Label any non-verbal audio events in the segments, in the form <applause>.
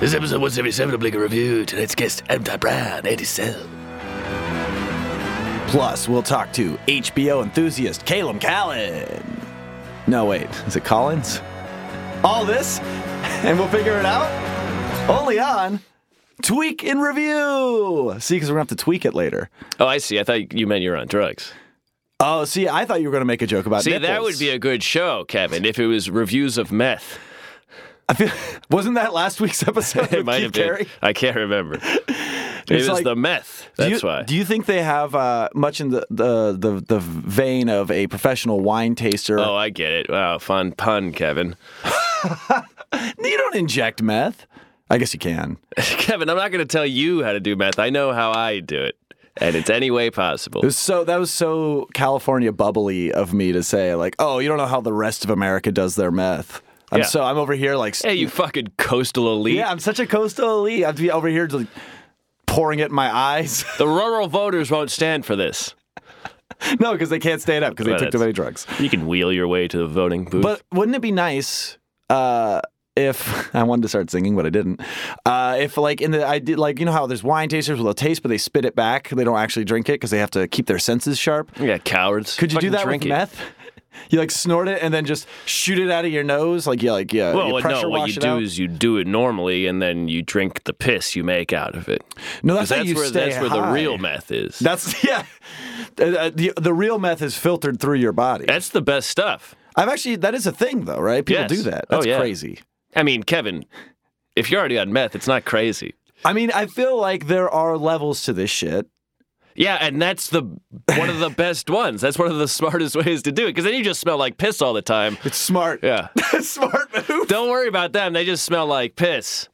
This episode 177 of Blinker Review. Tonight's guest, Anti Brown, Andy Cell. Plus, we'll talk to HBO enthusiast Caleb Callan. No, wait, is it Collins? All this, and we'll figure it out only on Tweak in Review. See, because we're going to have to tweak it later. Oh, I see. I thought you meant you were on drugs. Oh, see, I thought you were going to make a joke about See, nipples. that would be a good show, Kevin, if it was reviews of <laughs> meth. I feel, <laughs> wasn't that last week's episode? <laughs> It with might Keith have been. Carey? I can't <laughs> remember. it was like- the meth. Do That's you- why. Do you think they have uh, much in the, the, the, the vein of a professional wine taster? oh, I get it. Wow, fun pun, Kevin. <laughs> You don't inject meth. I guess you can. Kevin, I'm not going to tell you how to do meth. I know how I do it, and it's any way possible. It was so that was so California bubbly of me to say like, oh, you don't know how the rest of America does their meth. I'm Yeah. so I'm over here like, Hey, you fucking coastal elite. yeah, I'm such a coastal elite. I'd be over here just like pouring it in my eyes. <laughs> The rural voters won't stand for this. no, because they can't stand up because they Well, took too that's- many drugs. You can wheel your way to the voting booth. But wouldn't it be nice uh, if <laughs> I wanted to start singing, but I didn't? Uh, if like in the I did like you know how there's wine tasters where they'll taste, but they spit it back. They don't actually drink it because they have to keep their senses sharp. yeah, cowards. Could you Fucking do that drink with it. meth? <laughs> You like snort it and then just shoot it out of your nose, like you like yeah. Well, you pressure no. What wash you it do out. is you do it normally, and then you drink the piss you make out of it. no, 'Cause that's, how That's you where stay that's where the high. real meth is. <laughs> That's yeah. Uh, uh, The, the real meth is filtered through your body. That's the best stuff. I've actually that is a thing though, right? People Eh. Yes. do that. Oh, That's yeah. crazy. I mean, Kevin, if you're already on meth, it's not crazy. I mean, I feel like there are levels to this shit. Yeah, and that's the one <laughs> of the best ones. That's one of the smartest ways to do it because then you just smell like piss all the time. It's smart. Yeah. <laughs> smart move. Don't worry about them. They just smell like piss.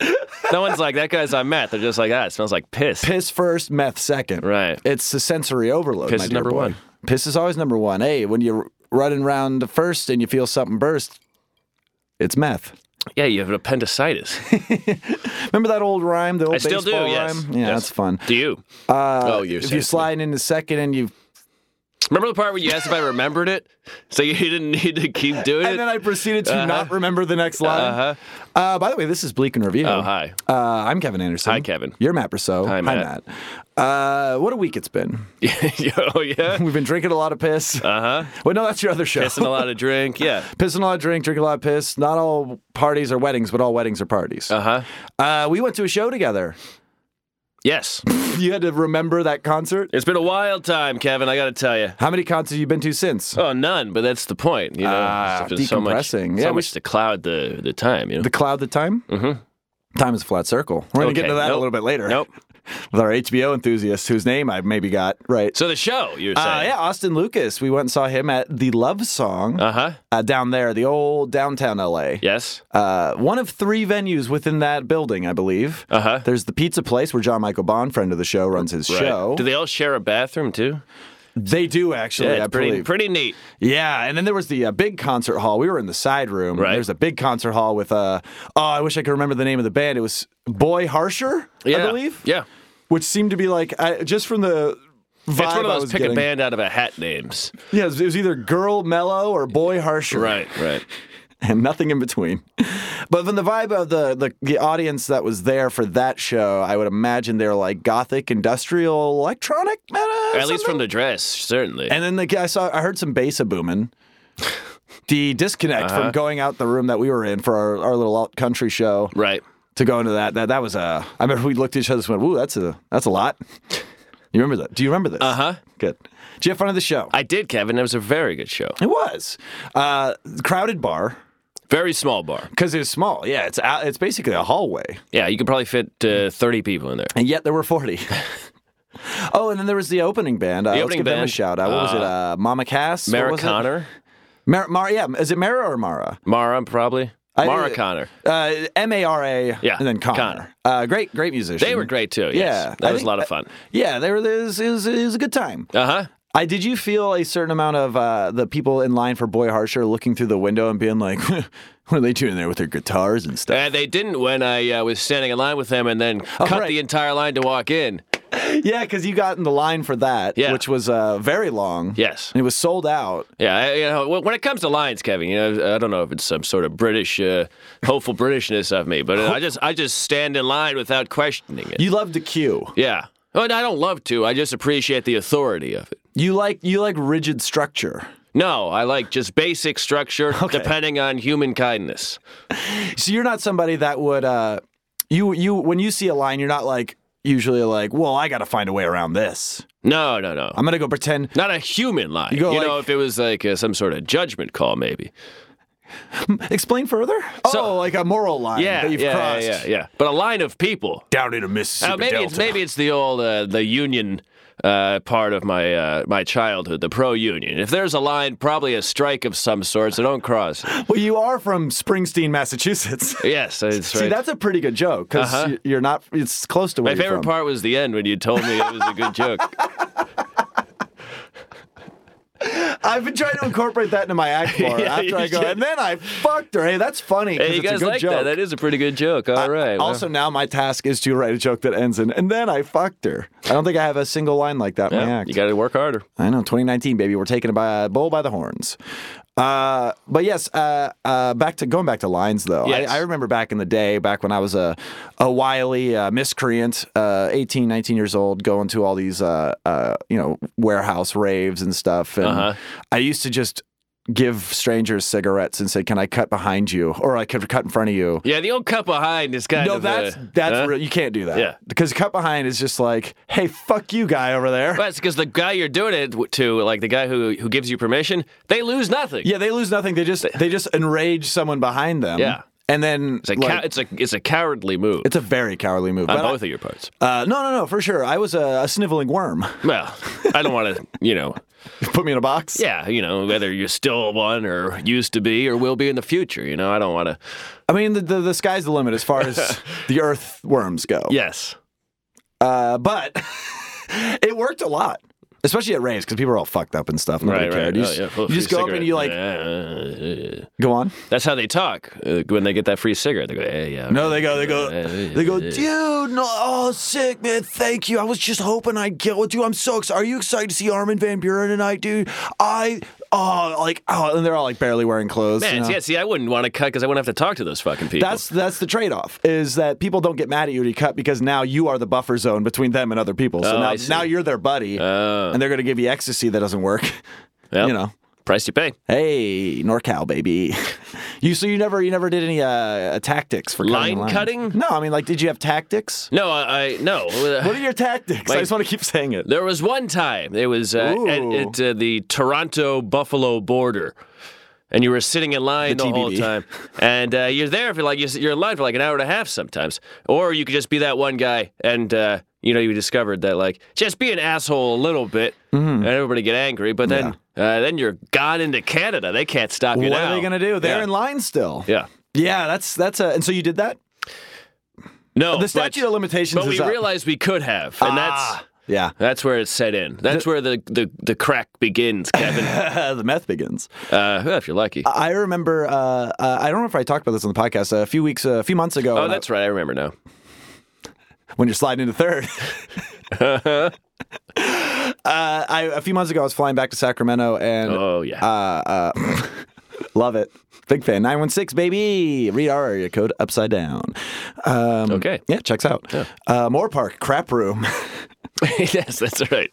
No one's like that guy's on meth. They're just like, ah, it smells like piss. Piss first, meth second. Right. It's the sensory overload. Piss my is dear number boy. one. Piss is always number one. Hey, when you're running around first and you feel something burst, it's meth. Yeah, you have an appendicitis. Remember that old rhyme, the old I still do. baseball Yes. rhyme? Yeah, Yes. that's fun. Do you? Uh, Oh, you're if saying you to slide into second and you, Remember the part where you asked if I remembered it, so you <laughs> didn't need to keep doing and it. then I proceeded to not remember the next line. uh-huh. Uh, by the way, this is Bleak and Review. Oh, hi. <laughs> Uh, I'm Kevin Anderson. Hi, Kevin. You're Matt Brousseau. Hi, Matt. Matt. Uh, what a week it's been. oh yeah. We've been drinking a lot of piss. Uh huh. Well, no, that's your other show. Pissing a lot of drink. Yeah. Pissing a lot of drink, drinking a lot of piss. Not all parties are weddings, but all weddings are parties. Uh huh. Uh, we went to a show together. Yes. You had to remember that concert. It's been a wild time, Kevin. I got to tell you. How many concerts have you been to since? Oh, none. But that's the point. You know, Ah, There's so much, decompressing. so Yeah, we much should- to cloud the the time. You know. The Cloud, the Time? Mm-hmm. Time is a flat circle. We're going to Okay, get into that a nope. little bit later. nope. With our HBO enthusiast, whose name I maybe got right. So the show you're saying. Uh, yeah, Austin Lucas. We went and saw him at the Love Song Uh huh. uh, down there, the old downtown LA. Yes. Uh, one of three venues within that building, I believe. Uh huh. There's the pizza place where John Michael Bond, friend of the show, runs his show. Do they all share a bathroom too? They do actually. it's I pretty believe. pretty neat. Yeah, and then there was the uh, big concert hall. We were in the side room. Right. There's a big concert hall with uh oh, I wish I could remember the name of the band. It was Boy Harsher, Yeah. I believe. Yeah. Which seemed to be like I, just from the vibe It's one I of was those pick getting. a band out of a hat names. Yeah, it was, it was either Girl Mellow or Boy Harsher. Right. Right. <laughs> and nothing in between. But from the vibe of the, the the audience that was there for that show, I would imagine they're like gothic, industrial, electronic, uh, At least something. from the dress, certainly. And then the, I saw I heard some bass a booming. The disconnect Uh-huh. from going out the room that we were in for our, our little alt country show right. to go into that that that was a. I remember we looked at each other and went, "Ooh, that's a that's a lot." You remember that? Do you remember this? Uh Uh-huh. Good. Did you have fun at the show? I did, Kevin. That was a very good show. it was uh, crowded bar Very small bar. because it was small. Yeah, it's out, it's basically a hallway. Yeah, you could probably fit uh, 30 people in there. and yet there were <laughs> 40. oh, and then there was the opening band. Uh, let's opening give them a band, shout out. What was it? Uh, Mama Cass? What Mara was it? Connor. Mar- Mar- yeah, is it Mara or Mara? Mara, probably. I- Mara Connor. Uh, M A R A. Yeah, And then Connor. Connor. Uh, great, great musician. They were great too. Yes. Yeah, That I was think- a lot of fun. Yeah, they were. It was, it was, it was a good time. Uh huh. I did you feel a certain amount of uh, the people in line for Boy Harsher looking through the window and being like, <laughs> "What are they doing there with their guitars and stuff?" uh, And they didn't when I uh, was standing in line with them and then cut Oh, right. the entire line to walk in. yeah, because you got in the line for that, Yeah. which was uh, very long. Yes. And it was sold out. Yeah, I, you know, when when it comes to lines, Kevin, you know, I don't know if it's some sort of British, uh, hopeful Britishness of me, but uh, I just, I just stand in line without questioning it. You love to queue. yeah. Well, I don't love to. I just appreciate the authority of it. You like you like rigid structure. No, I like just basic <laughs> structure, depending on human kindness. So you're not somebody that would uh, you you when you see a line, you're not like usually like, well, I got to find a way around this. No, no, no. I'm gonna go pretend. not a human line. You You, go know, like- if it was like uh, some sort of judgment call, maybe. Explain further. oh, So- like a moral line Yeah, that you've yeah, crossed. yeah, yeah, yeah. But a line of people. Down into Uh, Mississippi maybe Delta. it's maybe it's the old uh, the union uh, part of my uh, my childhood, the pro union. If there's a line, probably a strike of some sort, so don't cross. <laughs> it. Well, you are from Springsteen, Massachusetts. <laughs> yes, that's right. See, that's a pretty good joke because Uh-huh. you're not. It's close to where my you're favorite from. part was the end when you told me it was a good <laughs> joke. I've been trying to incorporate that into my <laughs> act more Yeah, after you I go, should. and then I fucked her. Hey, that's funny. 'cause Hey, you it's a guys good like joke. that? That is a pretty good joke. All right. well, also, now my task is to write a joke that ends in, and then I fucked her. I don't think I have a single line like that in my yeah, act. you got to work harder. I know, 2019, baby. We're taking a bi- bull by the horns. Uh, but yes, uh, uh, back to going back to lines though. Yes. I, I remember back in the day, back when I was a, a wily uh, miscreant, uh, 18, 19 years old, going to all these, uh, uh, you know, warehouse raves and stuff. And Uh-huh. I used to just give strangers cigarettes and say, can I cut behind you? Or I could cut in front of you. Yeah, the old cut behind is kind No, of that's, uh, that's huh? real. You can't do that. Yeah. Because cut behind is just like, hey, fuck you guy over there. But it's because the guy you're doing it w- to, like the guy who who gives you permission, they lose nothing. Yeah, they lose nothing. They just they just enrage someone behind them. Yeah. and then it's a like, cow- it's a it's a cowardly move it's a very cowardly move. on But I- both of your parts. uh, no, no, no, for sure. I was a, a sniveling worm. <laughs> Well, I don't want to, you know, Put me in a box. yeah, you know, whether you're still one or used to be or will be in the future. You know, I don't want to. I mean, the, the the sky's the limit as far <laughs> as the earth worms go. Yes. uh, but <laughs> it worked a lot. Especially at raves, because people are all fucked up and stuff. Nobody Right, right. cared. You Oh, just, yeah. Oh, you just free go up and you like cigarette. Uh, go on. That's how they talk uh, when they get that free cigarette. They go, yeah, yeah. No, they go, they go, they go, dude. No, oh, sick man. Thank you. I was just hoping I'd get one, dude. I'm so excited. Are you excited to see Armin van Buren tonight, dude? I, oh, like, oh, and they're all like barely wearing clothes. you Man, know? yeah, see, I wouldn't want to cut because I wouldn't have to talk to those fucking people. That's that's the trade-off is that people don't get mad at you when you cut because now you are the buffer zone between them and other people. So Oh, now, I see. Oh. now you're their buddy, and they're gonna give you ecstasy that doesn't work. <laughs> Yep. You know, price you pay. hey, NorCal baby, <laughs> you so you never you never did any uh, tactics for cutting Line lines? cutting? No, I mean like, did you have tactics? No, I, I no. What are your tactics? I Like- just want to keep saying it. There was one time it was uh, at, Ooh. at uh, the Toronto Buffalo border, and you were sitting in line The the, whole TBD. time, and uh, you're there for like you're you're in line for like an hour and a half sometimes, or you could just be that one guy, and uh, you know you discovered that like just be an asshole a little bit, Mm-hmm. and everybody get angry, but then uh, then you're gone into Canada, they can't stop you What now. are they gonna do? They're yeah. in line still. Yeah. Yeah, that's that's a. And so you did that. No, The statute but, of limitations but is we up. realized we could have, and Ah, that's. <laughs> yeah, That's where it's set in. That's where the, the, the crack begins, <coughs> Kevin. the meth begins. Uh, well, if you're lucky. I remember. Uh, uh, I don't know if I talked about this on the podcast uh, a few weeks, a few months ago. Oh, when I- that's right. I remember now. when you're sliding into <laughs> third. uh, I, a few months ago, I was flying back to Sacramento and uh, Oh, um, yeah. love it. Big fan. Nine one six baby. Read our area code upside down. Um, Okay. <laughs> Yeah, checks out. Uh, Moore Park crap room. <laughs> yes, that's right.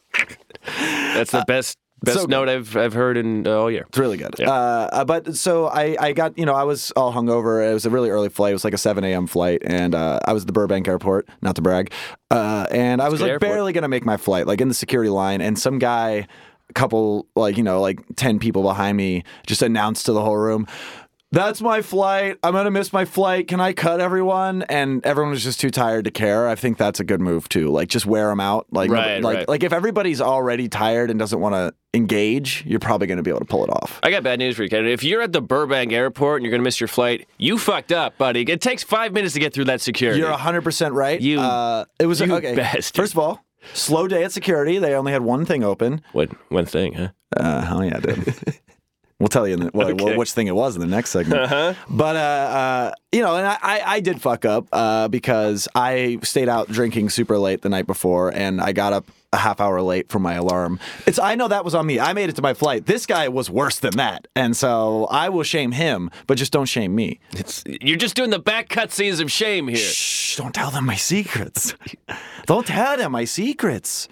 That's the best best Uh, so good. note I've I've heard in uh, all year. It's really good. Yeah. Uh, uh, but so I, I got, you know, I was all hungover. It was a really early flight. It was like a 7 a.m. flight. And uh, I was at the Burbank airport, not to brag. Uh, and I was good like airport. barely going to make my flight, like in the security line. And some guy, couple, like, you know, like 10 people behind me just announced to the whole room, that's my flight. I'm going to miss my flight. Can I cut everyone? And everyone was just too tired to care. I think that's a good move, too. Like, just wear them out. Like, Right, like, right. like if everybody's already tired and doesn't want to engage, you're probably going to be able to pull it off. I got bad news for you, Kevin. If you're at the Burbank airport and you're gonna miss your flight, you fucked up, buddy. It takes five minutes to get through that security. You're 100 percent right. You- uh, it was you okay. bastard. First of all, slow day at security. They only had one thing open. One one thing, huh? Uh, oh yeah, dude. We'll tell you in the, well, Okay. which thing it was in the next segment. But uh, uh, you know, and I, I, I did fuck up uh, because I stayed out drinking super late the night before, and I got up a half hour late for my alarm. It's I know that was on me. I made it to my flight. This guy was worse than that, and so I will shame him, but just don't shame me. You're just doing the back cutscenes of shame here. Shh, don't tell them my secrets. <laughs> don't tell them my secrets.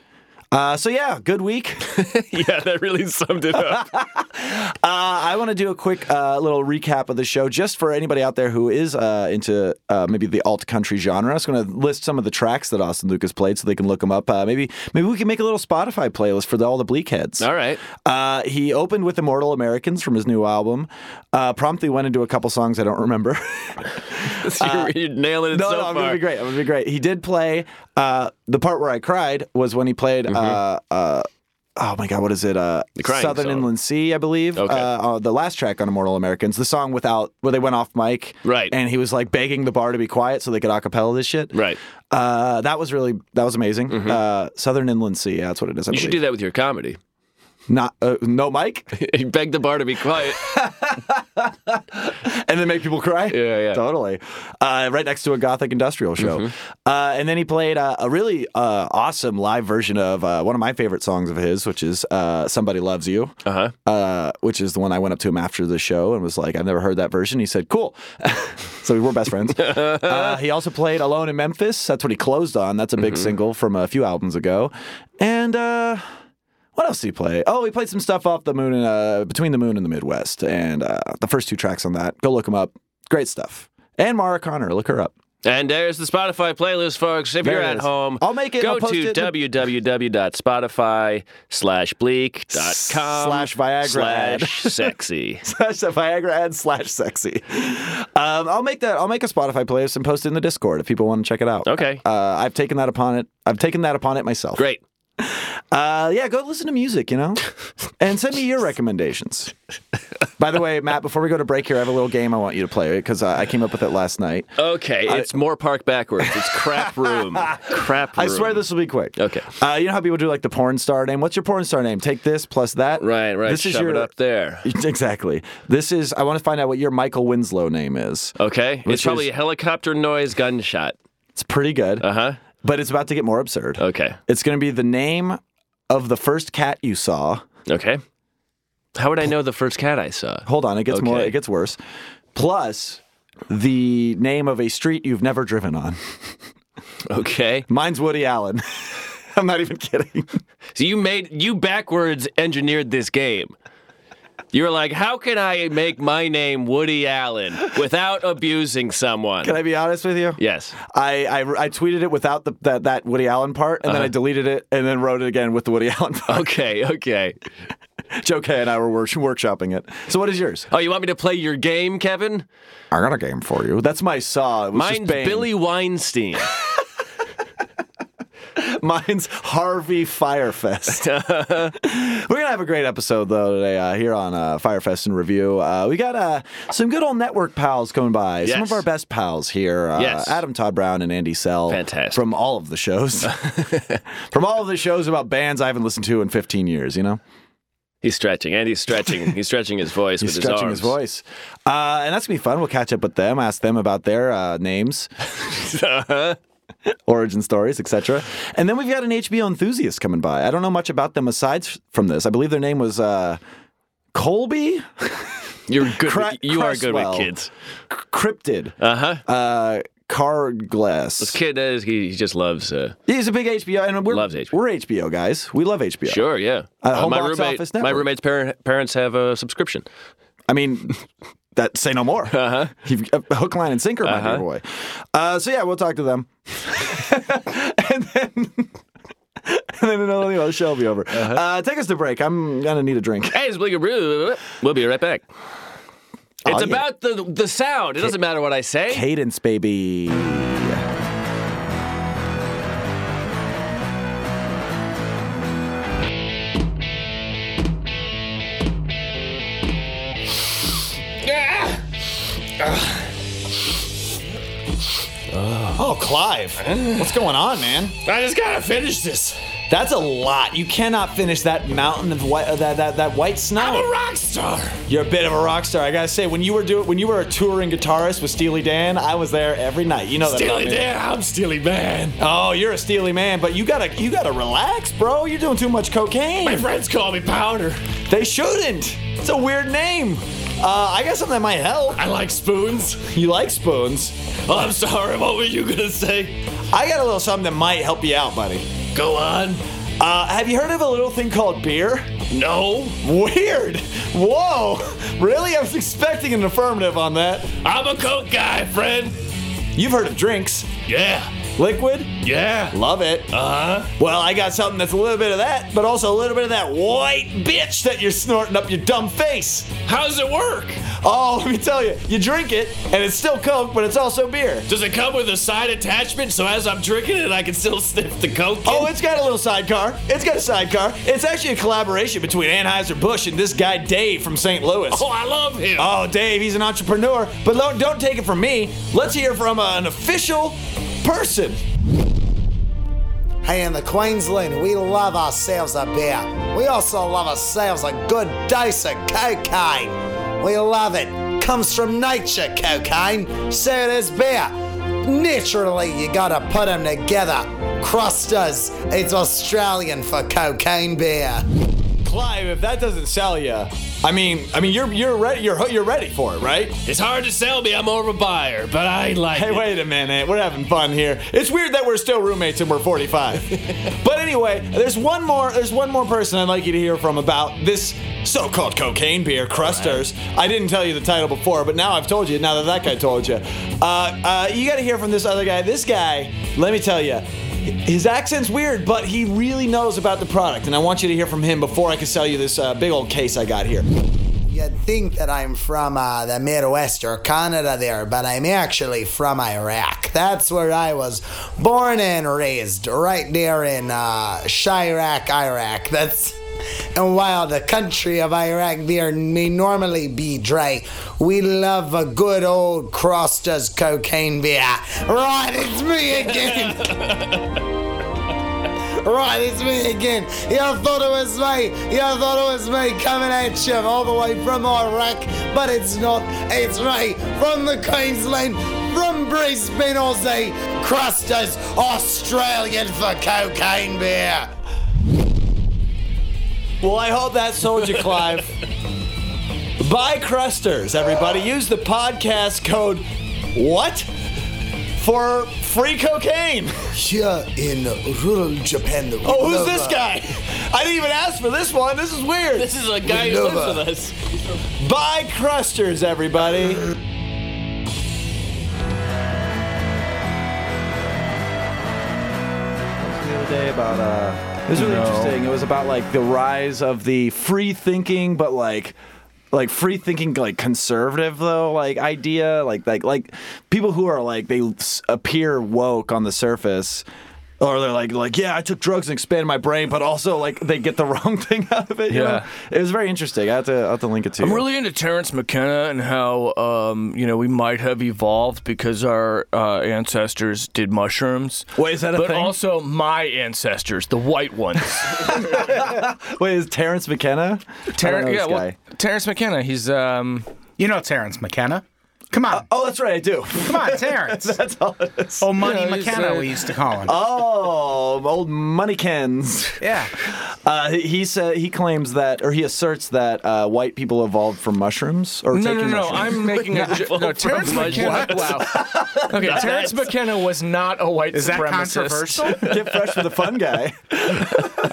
Uh, so yeah, good week. <laughs> yeah, that really summed it <laughs> up. Uh, I want to do a quick uh, little recap of the show just for anybody out there who is uh, into uh, maybe the alt country genre. I was going to list some of the tracks that Austin Lucas played so they can look them up. Uh, maybe maybe we can make a little Spotify playlist for the, all the bleak heads. All right. Uh, he opened with Immortal Americans from his new album. Uh, promptly went into a couple songs I don't remember. <laughs> you're, you're nailing it no, Uh, so no, I'm far. gonna be great. I'm gonna be great. He did play uh, the part where I cried was when he played. Uh, uh, oh my God, what is it? Uh, Mm-hmm. crying Southern song. Inland Sea, I believe. Okay. Uh, uh, the last track on Immortal Americans, the song without where they went off mic. Right. And he was like begging the bar to be quiet so they could acapella this shit. Right. Mm-hmm. Uh, that was really that was amazing. Uh, Southern Inland Sea, yeah, that's what it is. I You should do that with your comedy. Not uh, no mic, <laughs> you beg the bar to be quiet. <laughs> and then make people cry. Yeah, Mm-hmm. yeah. Totally. Uh, right next to a gothic industrial show. Uh, and then he played uh, a really uh, awesome live version of uh, one of my favorite songs of his, which is uh, Somebody Loves You, Uh-huh. uh, which is the one I went up to him after the show and was like, I've never heard that version. He said, Cool. <laughs> so we were <laughs> best friends. uh, he also played Alone in Memphis. That's what he closed on. That's a big Mm-hmm. single from a few albums ago. And. Uh, what else did he play? Oh, he played some stuff off the moon, and, uh, between the moon and the Midwest, and uh, the first two tracks on that. Go look them up. Great stuff. And Mara Connor, look her up. And there's the Spotify playlist, folks. If There you're it at is. home, I'll make it- Go I'll post to it in www.spotify slash bleak.com Slash Viagra ad. <laughs> slash sexy. Slash the Viagra ad slash sexy. Um, I'll make that. I'll make a Spotify playlist and post it in the Discord if people want to check it out. Okay. Uh, I've taken that upon it. I've taken that upon it myself. Great. Uh, yeah, go listen to music, you know, and send me your recommendations. By the way, Matt, before we go to break here, I have a little game I want you to play because I came up with it last night. Okay, it's more park backwards. It's crap <laughs> room. crap room. I swear this will be quick. Okay. Uh, you know how people do like the porn star name? What's your porn star name? Take this plus that. Right, right. This Shove is your it up there. <laughs> exactly. This is. I want to find out what your Michael Winslow name is. Okay, Which it's probably is- a helicopter noise gunshot. It's pretty good, Uh huh. but it's about to get more absurd. Okay. It's going to be the name of the first cat you saw. Okay. How would I know the first cat I saw? <laughs> Hold on, it gets more. Okay. It gets worse. Plus. The name of a street you've never driven on. <laughs> Okay. Mine's Woody Allen. <laughs> I'm not even kidding. <laughs> So you made you backwards engineered this game. You were like, how can I make my name Woody Allen without abusing someone? Can I be honest with you? yes. I, I, I tweeted it without the, that, that Woody Allen part, and then I Uh-huh. deleted it, and then wrote it again with the Woody <laughs> Allen part. Okay, okay. Joe Kay and I were work, workshopping it. So what is yours? Oh, you want me to play your game, Kevin? I got a game for you. That's my saw. It was just Mine's Bane. Billy Weinstein. <laughs> Mine's <laughs> Harvey Firefest. We're gonna have a great episode though today uh, here on uh, Firefest and Review. Uh, we got uh, some good old network pals coming by. Some Yes. of our best pals here. Uh, Yes. Adam Todd Brown and Andy Sell. Fantastic. From all of <laughs> the shows. from all of the shows about bands I haven't listened to in 15 years. You know. He's stretching, and he's stretching. He's stretching his voice He's with stretching his his arms. voice. Uh, and that's going to be fun. We'll catch up with them, ask them about their uh, names, <laughs> Uh-huh. origin stories, etc. And then we've got an HBO enthusiast coming by. I don't know much about them aside f- from this. I believe their name was uh, Colby You're good. Cra- with, you are good with Cresswell. kids. Cryptid. Uh-huh. Uh, Card This Glass. kid is he, he just loves uh He's a big HBO, and we're, Loves HBO. we're HBO guys. We love HBO. Sure, yeah. Uh, Home my Box roommate, Office my Network. roommate's par- parents have a subscription. I mean, that say no more. Uh-huh. hook, line, and sinker, Uh-huh. my dear boy. Uh, so yeah, we'll talk to them, <laughs> and then <laughs> and then another the show will be over. uh take us to break. I'm gonna need a drink. Hey, Uh-huh. it's Bleaker Brew. We'll be right back. It's yeah. about the the sound. It doesn't matter what I say. Cadence, baby. Oh, Clive. What's going on, man? Oh, I just gotta finish this. That's a lot. You cannot finish that mountain of white, that, that, that white snow. rock star. You're a bit of a rock star. I gotta say, when you were doing, when you were a touring guitarist with Steely Dan, I was there every night. You know that. about Steely me. Dan, I'm Steely Man. Oh, you're a Steely man, but you gotta, you gotta relax, bro. You're doing too much cocaine. My friends call me Powder. They shouldn't. It's a weird name. Uh, I got something that might help. I like spoons. You like spoons? Oh, I'm sorry, what were you gonna say? I got a little something that might help you out, buddy. Go on. Uh, have you heard of a little thing called beer? No, Weird. Whoa. Really? I was expecting an affirmative on that. I'm a Coke guy, friend. You've heard of drinks. Yeah, Liquid? yeah. Love it. Uh huh. Well, I got something that's a little bit of that, but also a little bit of that white bitch that you're snorting up your dumb face. How's it work? Oh, <laughs> let me tell you, you drink it, and it's still Coke, but it's also beer. Does it come with a side attachment so as I'm drinking it, I can still sniff the Coke? Oh, it's got a little sidecar. It's got a sidecar. It's actually a collaboration between Anheuser-Busch and this guy Dave from St. Louis. oh I love him. Oh, Dave, he's an entrepreneur. But lo- don't take it from me. Let's hear from an official person. Hey, in the Queensland, we love ourselves a beer. We also love ourselves a good dose of cocaine. We love it. Comes from nature, cocaine. So does beer. Naturally, you gotta put them together. Crusters, it's Australian for cocaine beer. Clive, if that doesn't sell you, I mean, I mean, you're you're ready. You're you're ready for it, right? It's hard to sell me, I'm more of a buyer, but I like Hey, it. wait a minute. We're having fun here. It's weird that we're still roommates and we're 45. but anyway, there's one more. There's one more person I'd like you to hear from about this so-called cocaine beer, Crusters. I didn't tell you the title before, but now I've told you. Now that that guy told you, uh, uh, you got to hear from this other guy. This guy, let me tell you. His accent's weird, but he really knows about the product, and I want you to hear from him before I can sell you this uh, big old case I got here. You'd think that I'm from uh, the Midwest or Canada there, but I'm actually from Iraq. That's where I was born and raised, right there in uh, Chirac, Iraq. That's and while the country of Iraq there may normally be dry, we love a good old Crostas cocaine beer. Right, it's me again. Right, it's me again. Y'all thought it was me. Y'all thought it was me coming at you all the way from Iraq, but it's not. It's me from the Queensland, from Brisbane, Aussie, Crusters, Australian for cocaine beer. Well, I hope that sold you, Clive. Buy Crusters, everybody. Use the podcast code what for free cocaine. Here in rural Japan. Oh, who's this guy? I didn't even ask for this one. This is weird. This is a guy who lives with us. Buy Crusters, everybody. the other day about uh it was really interesting it was about like the rise of the free thinking but like like free thinking like conservative though like idea like like like people who are like they s- appear woke on the surface or they're like like yeah i took drugs and expanded my brain but also like they get the <laughs> wrong thing out of it you Yeah. know? it was very interesting i have to i have to link it to I'm you really into Terrence McKenna and how um, you know we might have evolved because our uh, ancestors did mushrooms. Wait, is that a but thing? also my ancestors, the white ones. <laughs> wait is terrence mckenna I don't know yeah, this well, guy. Terrence McKenna. He's um, You know Terrence McKenna. Come on. oh that's right i do Come on, Terrence. Uh, <laughs> That's all it is. Oh, Money Yeah, he's, McKenna, uh, we used to call him. oh old moneykens yeah. Uh, he- he said he claims that, or he asserts that uh, white people evolved from mushrooms or no, no, taking no. mushrooms. I'm making a no. Terrence McKenna. Wow. Okay, Terrence McKenna was not a white Is that supremacist. controversial? get fresh with the fun <laughs> guy.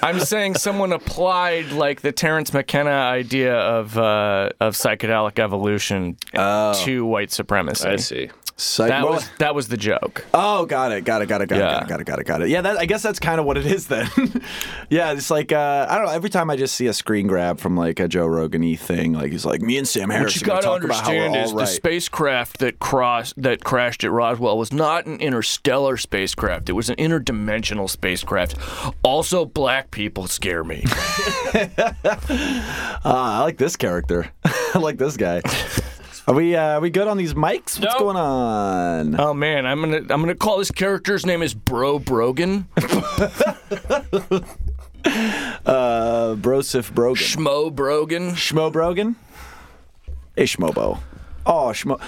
I'm saying someone applied like the Terrence McKenna idea of uh, of psychedelic evolution to white supremacy. I see. Psych- That Oh. well- was that was the joke. oh, got it, got it, got it, got Yeah. it, got it, got it, got it. Yeah, that, I guess that's kind of what it is then. <laughs> yeah, it's like uh, I don't know. Every time I just see a screen grab from like a Joe Rogan y thing, like he's like, me and Sam Harris What you are gonna got to talk about how we're understand all is the right." spacecraft that crossed that crashed at Roswell was not an interstellar spacecraft. It was an interdimensional spacecraft. Also, black people <laughs> scare me. Ah, I like this <laughs> character. I like this <laughs> guy. Are we uh, are we good on these mics? What's Nope. going on? Uh, oh man, I'm gonna I'm gonna call this character's name is Bro Brogan. uh, Brosif Brogan. Schmo Brogan. Schmo Brogan? Ishmobo. Oh, Schmo.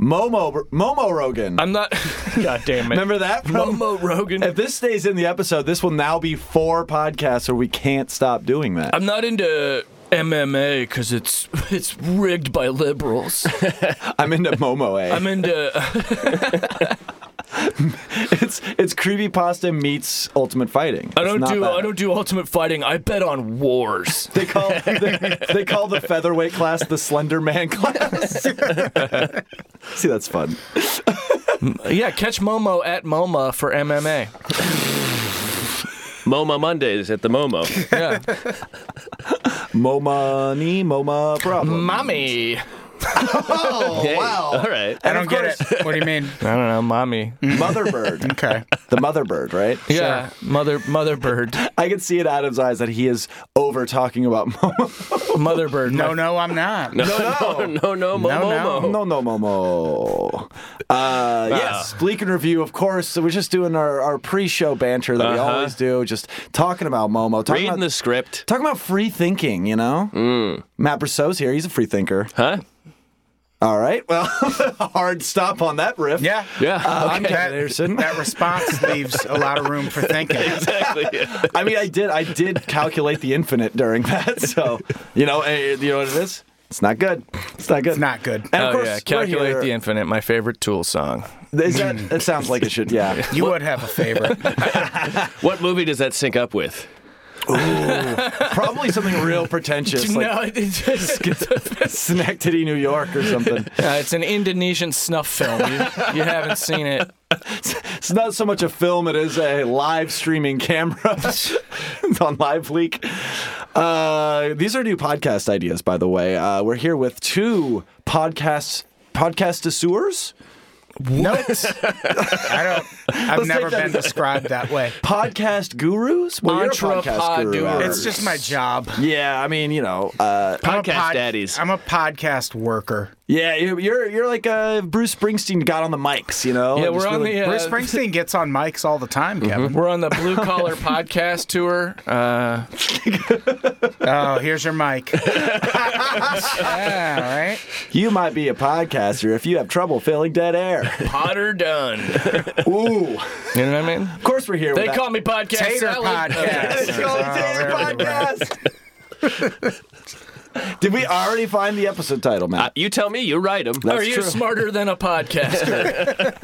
Momo, Momo Rogan. <laughs> I'm not. <laughs> God damn it. Remember that? from- Momo Rogan. If this stays in the episode, this will now be four podcasts where we can't stop doing that. I'm not into MMA because it's <laughs> it's rigged by liberals. I'm into Momo eh? A. I'm <laughs> into it's it's creepypasta meets ultimate fighting. I don't It's not do bad. I don't do ultimate fighting. I bet on wars. They call they, they call the featherweight class the Slender <laughs> Man class. See, that's fun. yeah, catch Momo at MoMA for MMA. MoMA Mondays at the <laughs> MoMo. Yeah, MoMA ni MoMA problem. <laughs> mommy. Oh, Hey, All right. I don't get it. What do you <laughs> mean? I don't know, mommy. Mother bird. Okay. The mother bird, right? Yeah, mother mother bird, I can see in Adam's eyes that he is over talking about Momo. mother bird. No, no, I'm not. No, <laughs> no, no, no, Mo- No, no. MoMo. No, no, Momo. Ah. Uh, yes, Bleak and Review, of course. So we're just doing our, our pre show banter that we always do, just talking about Momo. Uh-huh. Talking Reading about, the Mm. script. Talking about free thinking, you know? Matt Brousseau's here. He's a free thinker. Huh? All right. Well, <laughs> hard stop on that riff. Yeah. Yeah. I'm Kevin That, Anderson. that response leaves a lot of room for <laughs> thinking. exactly. <laughs> I mean, I did, I did calculate the infinite during that. <laughs> So, you know, eh, you know what it is? It's not good. It's not good. It's not good. And of Oh course, yeah, we're calculate the here. infinite. My favorite Tool song. Is that, that sounds like it should. <laughs> Yeah. You would have a favorite. what movie does that sync up with? Probably something real pretentious, like <laughs> no, it's, <laughs> it's, Schenectady, New York, or something. it's an Indonesian snuff film. You, you haven't seen it. It's not so much a film; it is a live streaming camera <laughs> It's on Live Leak. Uh, these are new podcast ideas, by the way. Uh, we're here with two podcasts. Podcast desseurs? no. I don't. I've never that been described that way. Podcast gurus? Well, you're a podcast guru. Entrepreneurs. Adam. It's just my job. yeah, I mean, you know, uh, I'm a Podcast daddies. I'm a podcast worker. yeah, you- you're you're like uh, Bruce Springsteen got on the mics, you know. Yeah, and we're just on really- the uh, Bruce Springsteen gets on mics all the time, Kevin. We're on the Blue Collar <laughs> Podcast Tour. Uh, Oh, here's <laughs> your mic. yeah, all right. You might be a podcaster if you have trouble filling dead <laughs> air. Potter Dunn. Ooh, of You know what I mean? course we're here. They with call me Podcast Tater Salad. podcast. It's called Oh, Tater there we go. Podcast. <laughs> Did we already find the episode title, Uh, Matt? you tell me. You write them. Are you smarter than a <laughs> podcaster?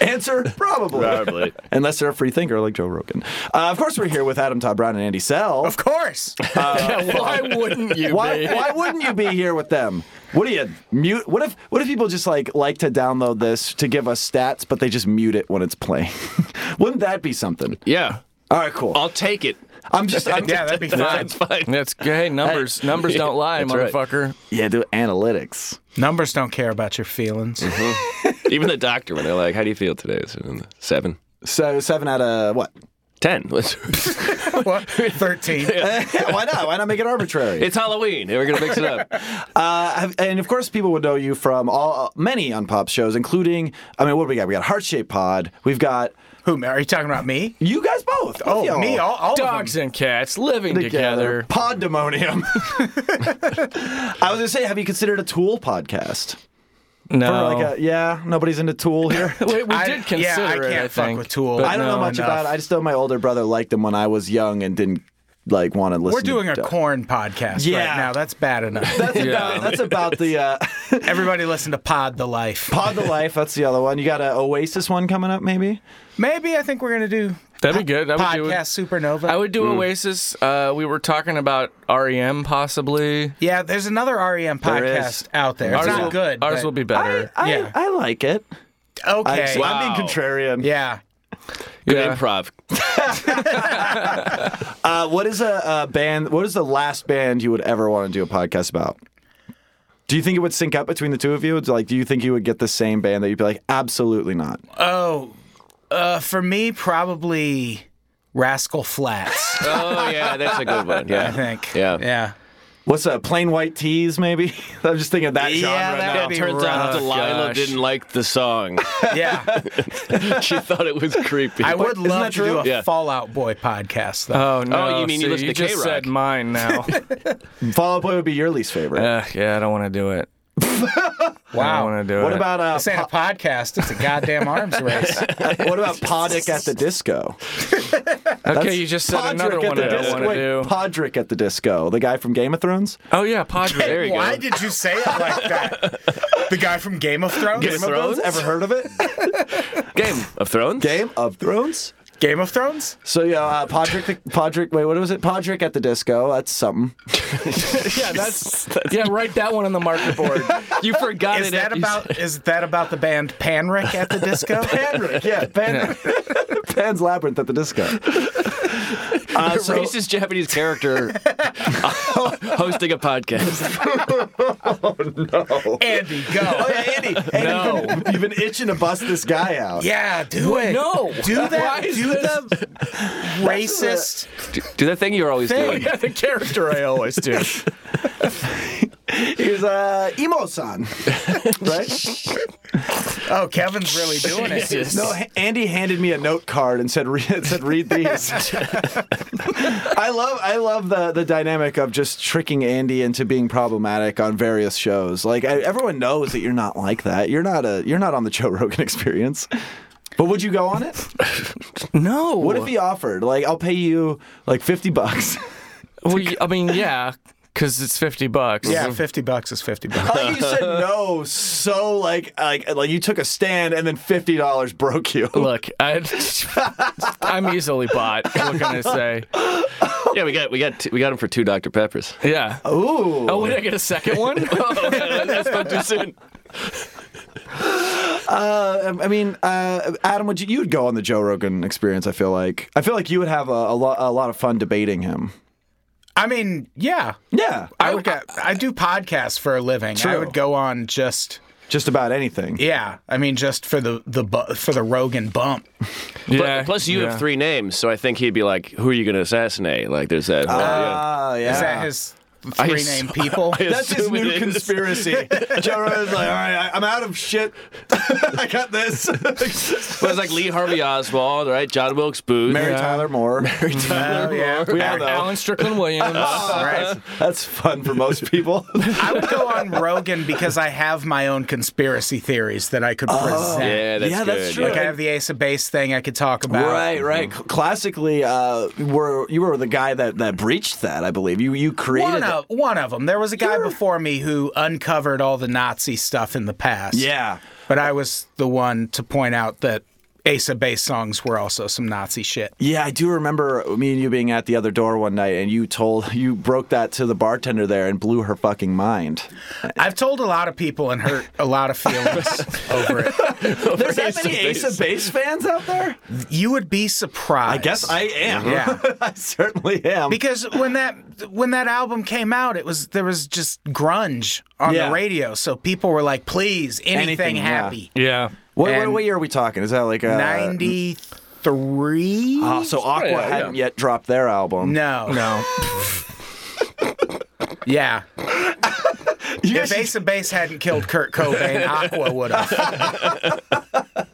Answer probably. Probably. Unless they're a free thinker like Joe Rogan. Uh, of course, we're here with Adam Todd Brown and Andy Sell. Of course. yeah, why wouldn't you why, be? why wouldn't you be here with them? What do you mute? What if what if people just like like to download this to give us stats, but they just mute it when it's playing? <laughs> wouldn't that be something? <laughs> Yeah. All right, cool. I'll take it. I'm just <laughs> I'm Yeah, just, that'd be fine. <laughs> That's fine. That's hey numbers. Numbers don't lie, right. motherfucker. yeah, do analytics. Numbers don't care about your feelings. Mm-hmm. Even the doctor, when they're like, "How do you feel today?" It's uh, seven. So seven out of what? <laughs> Ten. <laughs> what? 13. <laughs> Yeah, why not? Why not make it arbitrary? it's Halloween. and We're gonna mix it <laughs> up. Uh, have- and of course, people would know you from all uh, many Unpop shows, including I mean, what do we got? We got Heart Shape Pod. We've got Who, are you talking about me? you guys both. Oh, me, all, all Dogs of and cats living together. <laughs> Poddemonium. I was gonna say, have you considered a Tool podcast? Or No. like a, yeah, nobody's into Tool <laughs> here. we we I- did consider yeah, I it. can't I fuck think. with Tool. but I don't know no. much enough. about it. I just know my older brother liked them when I was young and didn't like want to listen. them. We're doing to a corn podcast Yeah. right now. That's bad <laughs> enough. That's about, that's about the uh, <laughs> Everybody listen to Pod the Life. Pod the Life. That's the other one. You got an Oasis one coming up, maybe? Maybe I think we're going to do That'd be good. I would do it. Podcast Supernova. I would do Oasis. Uh, we were talking about REM possibly. yeah, there's another REM podcast out there. It's Ours not will- good. Ours but- will be better. I, Yeah. I like it. I, Okay. so I'm being contrarian. Yeah. Good Yeah. improv. Uh, what is a, a band? What is the last band you would ever want to do a podcast about? Do you think it would sync up between the two of you? It's like, do you think you would get the same band that you'd be like, absolutely not? Oh, uh, for me, probably Rascal Flats. Oh yeah, that's a good one. I Yeah. <laughs> think. Yeah. Yeah. What's a plain white tees? Maybe <laughs> I'm just thinking of that Yeah, genre. that now. would be Turns out rough. Delilah gosh. didn't like the song. <laughs> Yeah, <laughs> she thought it was <laughs> creepy. I would that love to do true? a Yeah. Fallout Boy podcast though. Oh no! you mean you see, listen to just K-Rock. said mine <laughs> now. Fall Out Boy would be your least favorite. uh, yeah, I don't want to do it. I don't wow, want to do it. what about uh, this ain't a podcast. It's a goddamn <laughs> arms race. po- uh, what about Podrick at the Disco? Okay, you just <laughs> said another at one the I don't Disco. want to Wait, do. Podrick at the Disco, the guy from Game of Thrones. Oh yeah, Padre. There you Why go. did you say it like that? The guy from Game of Thrones. Game of Thrones. Thrones? Ever heard of it? Game of Thrones? Game of Thrones. Game of Thrones. So yeah, uh, Podrick, the, Podrick. Wait, what was it? Podrick at the Disco. That's something. <laughs> Yeah, that's, <laughs> yeah. Write that one on the marker board. You forgot Is it. that after you said- about is that about the band Panrick at the <laughs> disco? Panrick, Yeah, Pan, Pan's Labyrinth at the Disco. Uh, the so- racist <laughs> Japanese <laughs> character hosting a podcast? Oh, Andy, go. Oh, Yeah, <laughs> Andy, Andy you've, been, you've been itching to bust this guy out. Yeah, do it. No. do that. Why is Do this- <laughs> the racist. Do, do that thing you're always Thing. doing. yeah, the character I always do. <laughs> He's uh, emo-san, <laughs> <laughs> right? Oh, Kevin's really doing it. No, H- Andy handed me a note card and said, re- <laughs> it said read these. <laughs> I love, I love the the dynamic of just tricking Andy into being problematic on various shows. Like I, everyone knows that you're not like that. You're not a, you're not on the Joe Rogan <laughs> Experience. But would you go on it? No. What if he offered, like, I'll pay you like fifty bucks? <laughs> Well, y- I mean, yeah, because it's fifty bucks. Yeah, fifty bucks is fifty bucks. like you said no, so like like like you took a stand and then fifty dollars broke you. Look, I, <laughs> I'm easily bought. What can I say? Yeah, we got we got t- we got him for two Dr <laughs> Peppers. Yeah. Ooh. Oh, wait, I get a second one? <laughs> Oh, that's not too soon. Uh, I mean, uh, Adam, would you you would go on the Joe Rogan experience? I feel like I feel like you would have a, a lot a lot of fun debating him. I mean, yeah, Yeah, I would. Get, I do podcasts for a living. I True. would go on just. just about anything. Yeah, I mean, just for the the bu- for the Rogan bump. Yeah. But, plus, you yeah. have three names, so I think he'd be like, "Who are you going to assassinate?" Like, there's that. whole- yeah. Ah, yeah. Is that his I three name assu- people? I That's his assume it new <laughs> is. conspiracy. Joe Rogan's like, all right, I, I'm out of shit. <laughs> I got <laughs> this. Well, it's like Lee Harvey Oswald, right? John Wilkes Booth. Mary Yeah. Tyler <laughs> Moore. <laughs> Oh, yeah. we all Alan, know. Strickland Williams. Right. That's fun for most <laughs> people. I would go on Rogan because I have my own conspiracy theories that I could present. Yeah, that's Yeah, good. that's true. Like I have the Ace of Base thing I could talk about. Right, right. C- Classically, uh, were you were the guy that, that breached that? I believe you you created. One that- of one of them. There was a guy before me who uncovered all the Nazi stuff in the past. Yeah, But I was the one to point out that Ace of Base songs were also some Nazi shit. yeah. I do remember me and you being at the other door one night, and you told you broke that to the bartender there and blew her fucking <laughs> mind. I've told a lot of people and hurt a lot <laughs> of feelings over it. There's that many Ace of Base fans out there. You would be surprised. I guess I am. Yeah. <laughs> I certainly am. because when that when that album came out, it was there was just grunge on Yeah. the radio, so people were like, "Please, anything, Anything, yeah. happy." yeah. what, what, and- what year are we talking? Is that like a Ninety three. Oh, so Aqua Yeah, yeah. hadn't yet dropped their album. <laughs> no, No. <laughs> yeah. You guys If Ace of Base hadn't killed Kurt Cobain, Aqua would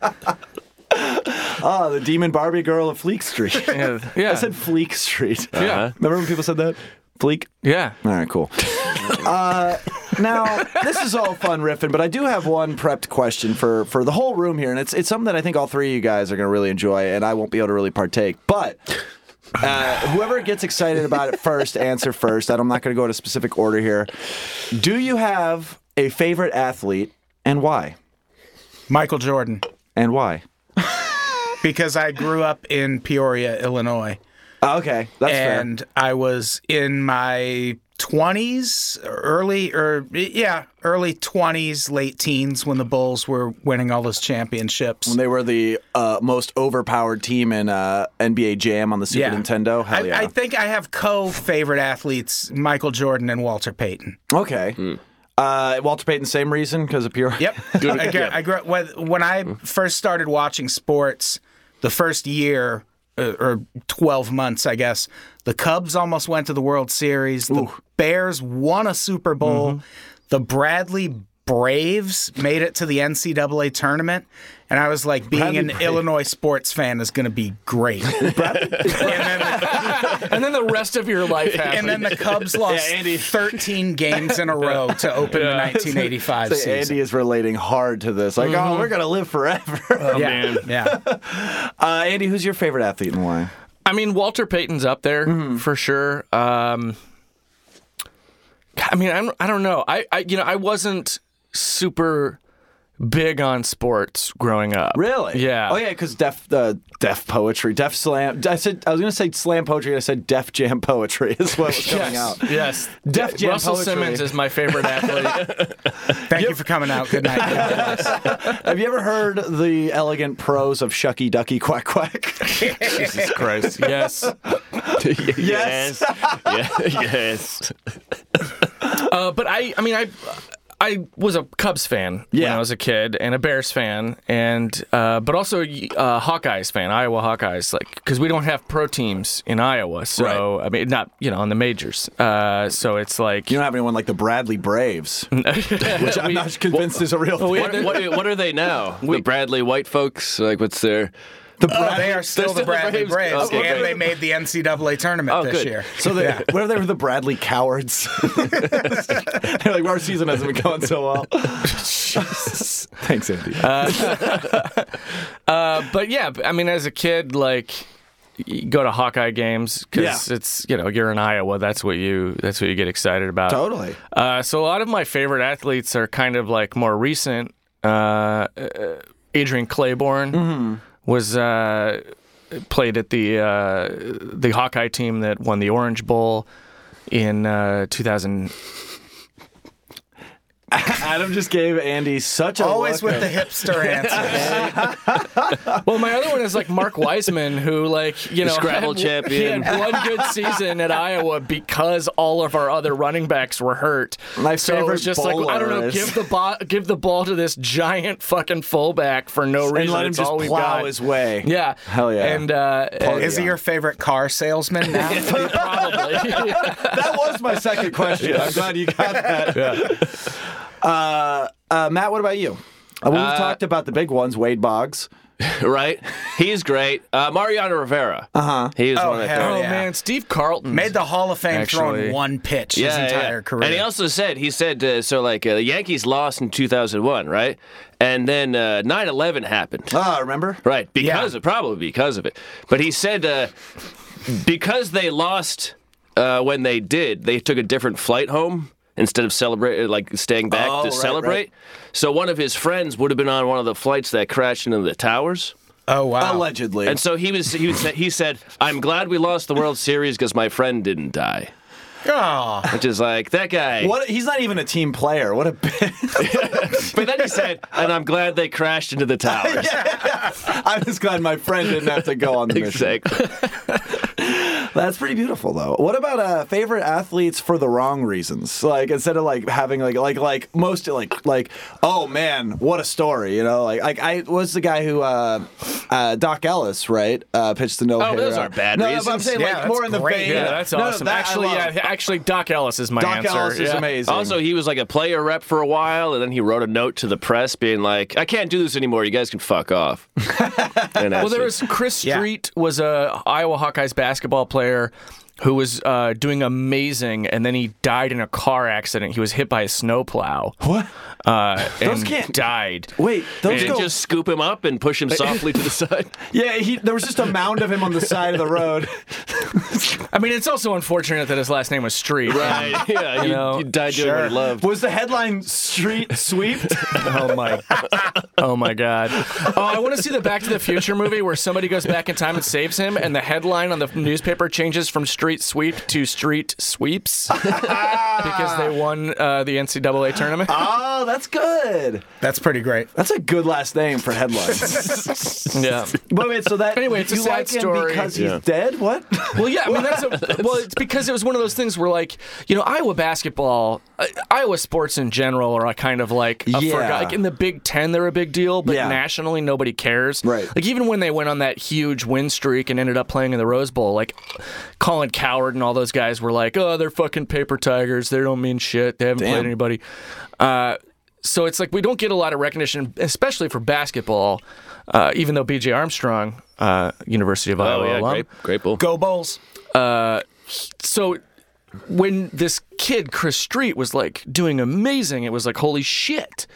<laughs> have. Oh, the Demon Barbie Girl of Fleek <laughs> Street. Yeah. Yeah. I said Fleek Street. Yeah. Remember when people said that? Fleek? yeah. All right, cool. uh, now, this is all fun riffing, but I do have one prepped question for, for the whole room here, and it's, it's something that I think all three of you guys are going to really enjoy, and I won't be able to really partake. But uh, whoever gets excited about it first, answer first. And I'm not going to go in a specific order here. Do you have a favorite athlete, and why? Michael Jordan, And why? because I grew up in Peoria, Illinois. Oh, okay, that's fair. and I was in my 20s, early or yeah, early 20s, late teens when the Bulls were winning all those championships. They were the uh, most overpowered team in uh, NBA Jam on the Super Nintendo. Hell I, yeah. I think I have co-favorite athletes: Michael Jordan and Walter Payton. okay. Uh, Walter Payton, same reason because of pure. Yep. Mm-hmm. I, grew, I grew up when, when I first started watching sports. The first year uh, or 12 months, I guess. The Cubs almost went to the World Series. The Bears won a Super Bowl. Mm-hmm. The Bradley Braves made it to the NCAA tournament. And I was like, being an Illinois sports fan is going to be <laughs> great. and, then the, And then the rest of your life happens. and then <laughs> the Cubs lost 13 games in a row to open the <laughs> 1985 Say season. Andy is relating hard to this. Like, oh, we're gonna live forever. yeah, yeah. <laughs> Uh, Andy, who's your favorite athlete and why? I mean, Walter Payton's up there Mm-hmm. for sure. Um, I mean, I'm, I don't know. I, I, you know, I wasn't super big on sports growing up. Really? Yeah. Oh yeah, because deaf uh, deaf poetry, deaf slam. I said I was gonna say slam poetry. and I said deaf jam poetry <laughs> is what was coming out. Yes. Def Jam Russell poetry. Simmons is my <laughs> favorite athlete. Thank you for coming out. Good night. Have you ever heard the elegant prose of Shucky Ducky Quack Quack? <laughs> Jesus Christ. Yes. <laughs> yes. yeah, <laughs> yes. Uh, but I, I mean, I, I was a Cubs fan when Yeah. I was a kid, and a Bears fan, and uh, but also a uh, Hawkeyes fan, Iowa Hawkeyes, like because we don't have pro teams in Iowa, so I mean, not you know on the majors, uh, so it's like You don't have anyone like the Bradley Braves, which I'm not convinced is a real thing. What, what, what are they <laughs> now? the Bradley White folks? Like, what's their. <laughs> they are still, still the the Bradley Braves. Braves, Okay. and they made the NCAA tournament Oh, this good. year. So they, what if they were the Bradley <laughs> cowards? They're like, our season hasn't been going so well. <laughs> Uh, Thanks, Andy. uh, but yeah, I mean, as a kid, like you go to Hawkeye games because Yeah. it's you know you're in Iowa. That's what you that's what you get excited about. Totally. Uh, so a lot of my favorite athletes are kind of like more recent. Uh, uh, Adrian Claiborne was uh, played at the uh, the Hawkeye team that won the Orange Bowl in uh, 2000. Adam just gave Andy such a Always look with of- <laughs> the hipster answers. Well, my other one is like Mark Wiseman, who like you know Scrabble had, champion. He had one good season at Iowa because all of our other running backs were hurt. My so it favorite was just like I don't know, bowler is- give the ball, give the ball to this giant fucking fullback for no reason. and let him it's just all we've plow got. his way. <laughs> yeah, Hell yeah. and uh, Is he your favorite car <laughs> salesman now? and- <laughs> probably that was my second question. I'm glad you got <laughs> that. Uh, uh, Matt, what about you? Uh, we've talked about the big ones, Wade Boggs. Right? He's great. Uh, Mariano Rivera. Uh huh. He was Oh, one of my hell favorites. <laughs> Oh Yeah. man, Steve Carlton Made the Hall of Fame Actually. throwing one pitch his entire career. And he also said, he said, uh, so like uh, the Yankees lost in 2001, right? And then 9 11 happened. Ah, remember? Right, because of probably because of it. But he said uh, because they lost uh, when they did, they took a different flight home instead of celebrate uh, like staying back Oh, to right, celebrate. right. So one of his friends would have been on one of the flights that crashed into the towers. oh wow. Allegedly. And so he was he was he said, "I'm glad we lost the World Series because my friend didn't die." Aw. Which is like that guy. what? He's not even a team player. What a <laughs> bitch. But then he said, "And I'm glad they crashed into <laughs> the towers." I'm just glad my friend didn't have to go on <laughs> the mission. Exactly. That's pretty beautiful, though. What about uh, favorite athletes for the wrong reasons? Like instead of like having like like like most like like oh man, what a story, you know? Like like I was the guy who uh, uh, Doc Ellis right uh, pitched the no hitter. those aren't bad no, No, but I'm reasons. saying Yeah, like that's more in the great. vein. Yeah, that's No, no, awesome. that I actually, love. yeah, actually, Doc Ellis is my Doc answer. Ellis is yeah. amazing. Also, he was like a player rep for a while, and then he wrote a note to the press being like, "I can't do this anymore. You guys can fuck <laughs> off." And Well, that's there it. was Chris Street was a Iowa Hawkeyes basketball player who was uh, doing amazing, and then he died in a car accident. He was hit by a snowplow. what? Uh, Those and can't- died. Wait, those Did go. you just scoop him up and push him softly <laughs> to the side? Yeah, he, there was just a mound of him on the side of the road. I mean, it's also unfortunate that his last name was Street. Right. <laughs> Yeah. You, know, you died doing what you loved. Was the headline "Street Sweep"? Oh my. Oh my God. Oh, I want to see the Back to the Future movie where somebody goes back in time and saves him, and the headline on the newspaper changes from street sweep to street <laughs> sweeps because they won uh, the NCAA tournament. Oh, that's good. That's pretty great. That's a good last name for headlines. <laughs> yeah. but wait, <laughs> so that Anyway, it's a you sad like him story. because Yeah. he's dead. What? Well, yeah. I <laughs> mean, that's a, well, it's because it was one of those things where, like, you know, Iowa basketball, uh, Iowa sports in general are a kind of like, a Yeah. forgot- like in the Big Ten, they're a big deal, but Yeah. nationally, nobody cares. Right. Like even when they went on that huge win streak and ended up playing in the Rose Bowl, like Colin Coward and all those guys were like, oh, they're fucking paper tigers. They don't mean shit. They haven't played anybody. Uh, so it's like we don't get a lot of recognition, especially for basketball. Uh, even though B.J. Armstrong, uh, University of Iowa Oh yeah, alum, great, great bull. <laughs> Go Bulls. so when this kid Chris Street was like doing amazing, it was like holy shit.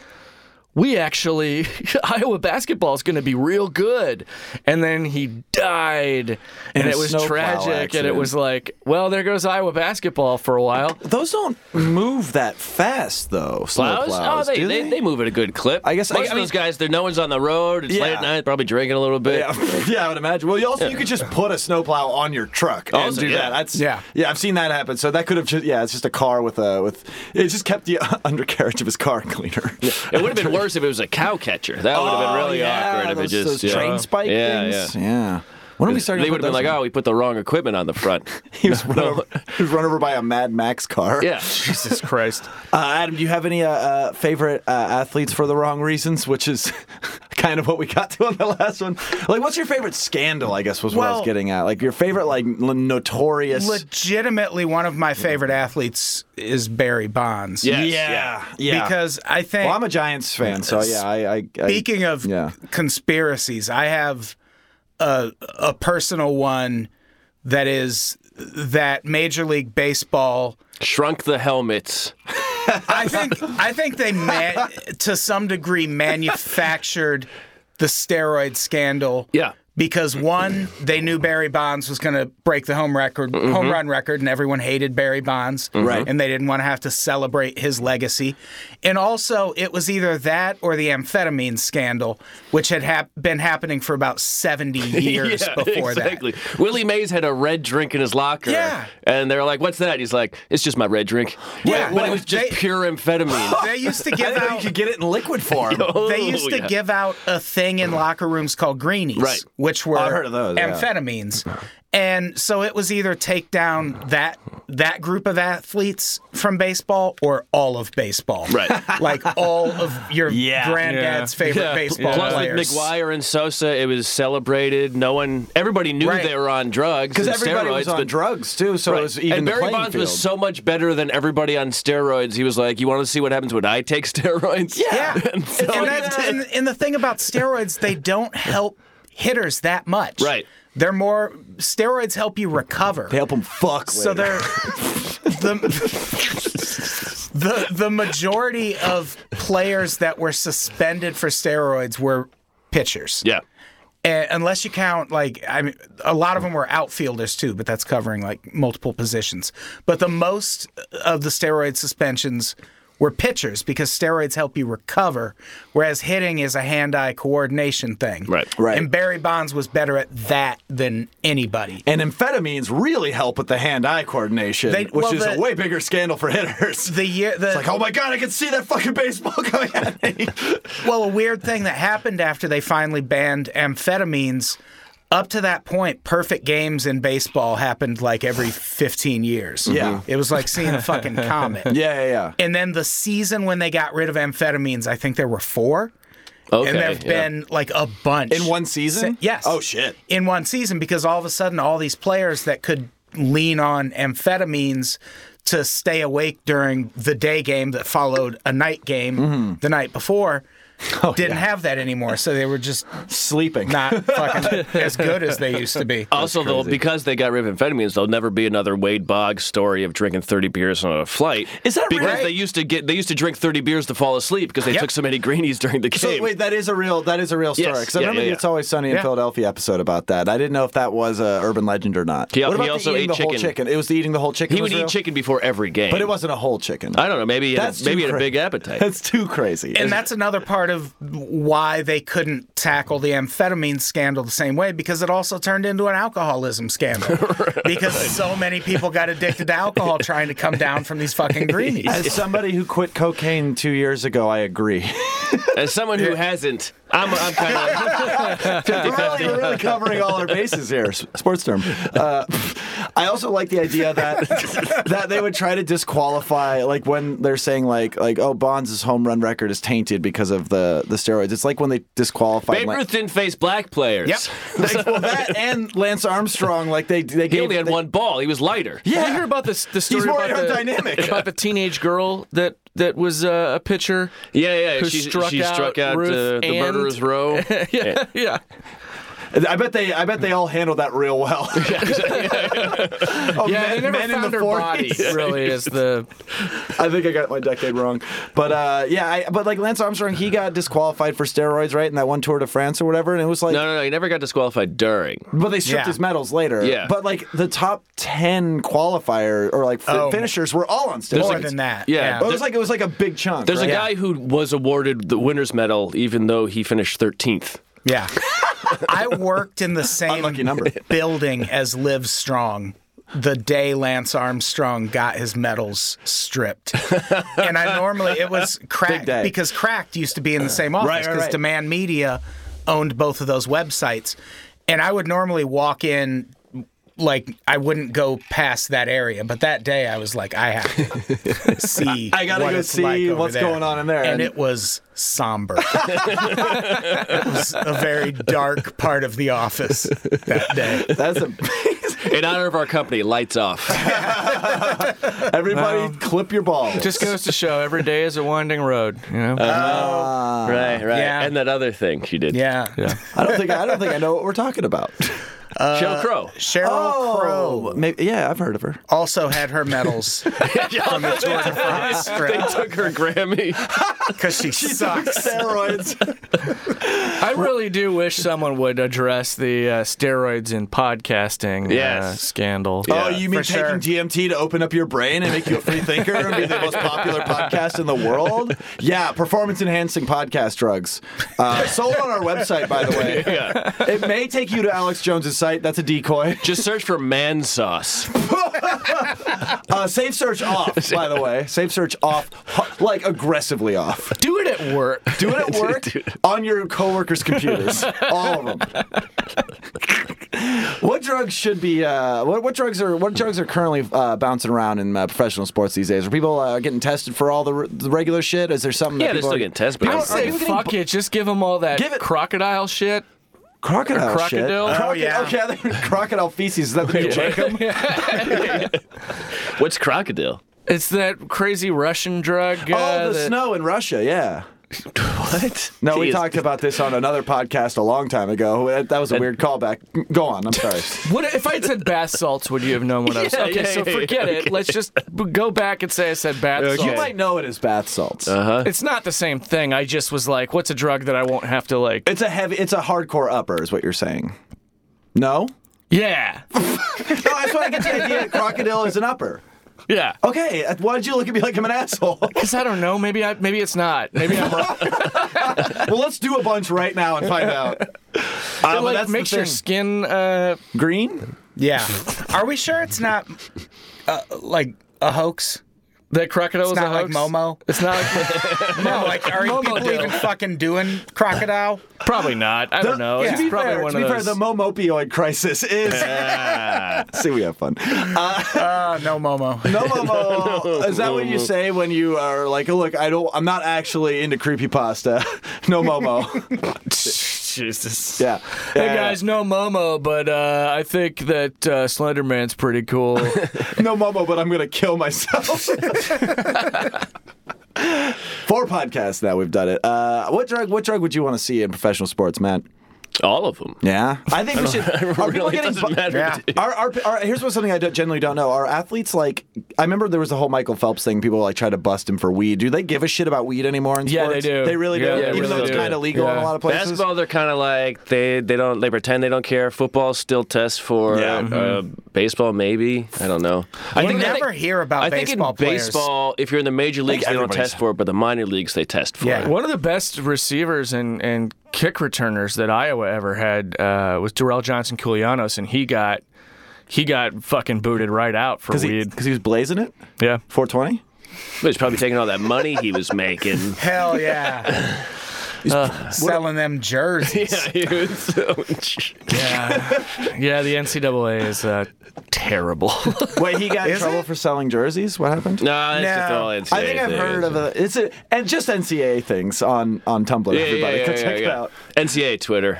We actually <laughs> Iowa basketball is going to be real good, and then he died, and a it was snowplow tragic, and it accident. was like, well, there goes Iowa basketball for a while. Those don't move that fast, though. Slow Plows? plows. oh, they, do they, they move at a good clip. I guess- most I- of I those guys, there no one's on the road. It's late Yeah. at night, probably drinking a little bit. <laughs> Yeah, yeah, I would imagine. Well, you also you could just put a snowplow on your truck and Also, do yeah. that. That's Yeah. yeah. I've seen that happen. So that could have just yeah, it's just a car with a with it just kept the <laughs> undercarriage of his car <laughs> cleaner. Oh, It would have been worse if it was a cow catcher. That would have been really awkward if those, it just those yeah. train spike yeah, things. Yeah. Yeah. When are we starting? They would have been like, "Oh, we put the wrong equipment on the front." <laughs> he was, run over, he was run over by a Mad Max car. Yeah, Jesus Christ! Uh, Adam, do you have any uh, uh, favorite uh, athletes for the wrong reasons? Which is <laughs> kind of what we got to on the last one. Like, what's your favorite scandal? I guess was what I was Well- getting at. Like your favorite, like l- notorious. Legitimately, one of my favorite athletes is Barry Bonds. Yes, yeah, yeah. Because I think. well, I'm a Giants fan, so yeah. I, I, I Speaking of yeah. conspiracies, I have a a personal one that is that Major League Baseball. shrunk the helmets. I think I think they ma- to some degree manufactured the steroid scandal. Yeah. Because one, they knew Barry Bonds was going to break the home record, home run record, and everyone hated Barry Bonds, right? And they didn't want to have to celebrate his legacy. And also, it was either that or the amphetamine scandal, which had hap- been happening for about seventy years before exactly. That. Willie Mays had a red drink in his locker. Yeah. and they're like, "What's that?" He's like, "It's just my red drink." Yeah. but it was just They- pure amphetamine. Oh, that. They used to <laughs> I give didn't know you out could get it in liquid form. <laughs> They used to yeah. give out a thing in locker rooms called greenies, Right. which were I've Oh, heard of those, yeah. amphetamines. And so it was either take down that that group of athletes from baseball or all of baseball. Right. <laughs> like all of your granddad's favorite Yeah. baseball Plus, with players. McGuire and Sosa, it was celebrated. No one, everybody knew Right. they were on drugs Because and everybody steroids, was on but drugs too, so it Right. was even and the Barry playing Bonds field. was so much better than everybody on steroids. He was like, "You want to see what happens when I take <laughs> steroids?" yeah. <laughs> and so and, that's, and, and the thing about steroids, they don't help hitters that much. Right. They're more steroids help you recover. they help him fuck. So later. they're the the the majority of players that were suspended for steroids were pitchers, yeah, And unless you count like I mean, a lot of them were outfielders too, but that's covering like multiple positions. But the most of the steroid suspensions were pitchers because steroids help you recover, whereas hitting is a hand-eye coordination thing. Right. Right. And Barry Bonds was better at that than anybody. and amphetamines really help with the hand-eye coordination, They- which well, is a the- way bigger scandal for hitters. <laughs> The year the it's like, oh my god, I can see that fucking baseball <laughs> coming <laughs> at me. Well, a weird thing that happened after they finally banned amphetamines. Up to that point, perfect games in baseball happened like every 15 years. Yeah. It was like seeing a fucking comet. <laughs> yeah, yeah, yeah. And then the season when they got rid of amphetamines, I think there were four. okay, and there have yeah. been like a bunch. In one season? Yes. Oh shit. In one season, because all of a sudden, all these players that could lean on amphetamines to stay awake during the day game that followed a night game Mm-hmm. the night before didn't have that anymore. So they were just Oh, Sleeping. not <laughs> fucking as good as they used to be. Also, though, because they got rid of amphetamines, there'll never be another Wade Boggs story of drinking 30 beers on a flight. Is that because right? they used to get they used to drink 30 beers to fall asleep because they Yep. took so many greenies during the game. So wait, that is a real that is a real story. Yes. Because I Yeah, remember yeah, the yeah. It's Always Sunny in Yeah. Philadelphia episode about that. I didn't know if that was a urban legend or not. He- what he about the also eating ate the whole chicken. chicken? It was the eating the whole chicken. he would was real? eat chicken before every game, but it wasn't a whole chicken. I don't know. Maybe he had, That's a- too maybe he had a cra- big appetite. <laughs> That's too crazy. And that's another part part of why they couldn't tackle the amphetamine scandal the same way because it also turned into an alcoholism scandal because so many people got addicted to alcohol trying to come down from these fucking greenies. As somebody who quit cocaine two years ago, I agree. As someone who hasn't, I'm, I'm kind of. we're, really, we're really covering all our bases here. S- Sports term. Uh, <laughs> I also like the idea that <laughs> that they would try to disqualify, like when they're saying like like oh Bonds' home run record is tainted because of the the steroids. It's like when they disqualify. Babe Ruth didn't face black players. Yep. <laughs> like, well, that and Lance Armstrong, like they they He gave only had they- one ball. He was lighter. Did you hear about this? The story more about the, aerodynamic. <laughs> about the teenage girl that that was uh, a pitcher. Yeah, yeah. Who she struck she out struck out Ruth uh, the and- murderer's <laughs> <laughs> row. <laughs> yeah, yeah. I bet they I bet they all handled that real well. <laughs> Oh, yeah men- they never men in found the her 40s. body. Really, is the I think I got my decade wrong. But uh, yeah, I, but like Lance Armstrong, he got disqualified for steroids, right? In that one Tour de France or whatever, and it was like, No, no, no. He never got disqualified during. but they stripped Yeah. his medals later. Yeah. But like the top ten qualifier or like fi- Oh. finishers were all on steroids. More than that. yeah. But it was like it was like a big chunk. There's right? a guy who was awarded the winner's medal even though he finished 13th. Yeah. <laughs> I worked in the same Unlucky number. building as Liv Strong the day Lance Armstrong got his medals <laughs> stripped. and I normally, it was Big cracked day. because cracked used to be in the same office Right, because right, right. Demand Media owned both of those websites. And I would normally walk in. Like I wouldn't go past that area, but that day I was like, I have <laughs> to see. I gotta what go it's see like over what's there. going on in there. and And- it was <laughs> somber was a very dark part of the office that day. <laughs> That's a. <laughs> In honor of our company, lights off. Everybody, clip your ball. just goes to show every day is a winding road. You know. right, right. yeah. And that other thing she did. Yeah. I don't think I don't think I know what we're talking <laughs> about. Sheryl Crow. Cheryl Oh. Crow maybe, yeah, I've heard of her. also had her medals from the Tour de France They strip took her Grammy. because she sucks. <laughs> Steroids. I really do wish someone would address the uh, steroids in podcasting uh, Yes. scandal. Oh, you mean For sure. taking DMT to open up your brain and make you a free thinker and be the most popular podcast in the world? Yeah, performance enhancing podcast drugs. Uh, sold on our website, by the <laughs> way. It may take you to Alex Jones's site. That's a decoy. Just search for man sauce. Uh, safe search <laughs> off, by the way. Safe search off, hu- like aggressively off. Do it at work. Do it at work on your coworkers' computers, all of them. what drugs should be? Uh, what, what drugs are? What drugs are currently uh, bouncing around in uh, professional sports these days? Are people uh, getting tested for all the, r- the regular shit? Is there something? Yeah, they're that people still are- getting tested. I but- would say fuck it. Just give them all that Give it- crocodile shit. crocodile crocodile? shit. Oh, Croco- yeah. Okay, I think crocodile feces. Is that what you drink 'em? What's crocodile? It's that crazy Russian drug. uh, Oh, the that- snow in Russia. Yeah. What? No, we Jeez. talked about this on another podcast a long time ago. That- That was a weird callback. Go on. I'm sorry. What if I had said bath salts? Would you have known what I was? Yeah, Okay, yeah, so yeah, forget yeah, it. Let's just b- go back and say I said bath Okay. salts. You might know it as bath salts. It's not the same thing. I just was like, what's a drug that I won't have to like? It's a heavy. It's a hardcore upper, is what you're saying. No. Yeah, No, that's why I get the idea. that Crocodile is an upper. yeah. Okay, uh, why did you look at me like I'm an asshole? Because I don't know. Maybe I. Maybe it's not. Maybe I'm wrong. well, let's do a bunch right now and find out. <laughs> Uh, but like, that's the makes your thing. skin. Uh, green. Yeah. Are we sure it's not uh, like a hoax? that crocodile It's is not a like hoax. Momo. It's not <laughs> like <laughs> No, like are Momo people do. even fucking doing crocodile? probably not. I don't know. To Oh, It's be probably fair, one to of be those. fair, the mom opioid crisis <laughs> is. See, we have fun. Uh, Uh, no Momo. <laughs> no, Momo. Is that what you say when you are like, oh, look, I don't, I'm not actually into creepypasta. <laughs> no, <laughs> Momo. Jesus. yeah. Hey Yeah. guys, no Momo, but uh, I think that uh, Slenderman's pretty <laughs> cool. no Momo, but I'm gonna kill <laughs> myself. Four podcasts now we've done it. Uh, what drug? What drug would you want to see in professional sports, Matt? All of them. Yeah, I think we should. <laughs> Are people really getting? doesn't matter Yeah. to me. Are, are, are- here's what something I don't- generally don't know. Are athletes like? I remember there was the whole Michael Phelps thing. People like try to bust him for weed. Do they give a shit about weed anymore? In Yeah, they sports? do. They really do. Yeah, they Even really though it's do. kind of legal in a Yeah. lot of places. Basketball, they're kind of like they they don't they pretend they don't care. Football still tests for it. Yeah. Uh, baseball, maybe I don't know. I You never hear about I think in baseball players. baseball, if you're in the major leagues, they don't everybody's- test for it, but the minor leagues they test for Yeah. it. One of the best receivers and, and kick returners that Iowa ever had uh, was Darrell Johnson Koulianos, and he got he got fucking booted right out for weed. because he was blazing it. <laughs> yeah, 420. But he's probably taking all that money he was making. Hell yeah. <laughs> Selling them <laughs> jerseys. yeah. The NCAA is uh, terrible. <laughs> Wait, he got in <laughs> Is trouble it? for selling jerseys. What happened? no, that's just No. all NCAA. I think I've thing, isn't heard of it? a, it's a, and just NCAA things on on Tumblr. Yeah, everybody, yeah, go yeah, check yeah, it yeah. out. NCAA Twitter.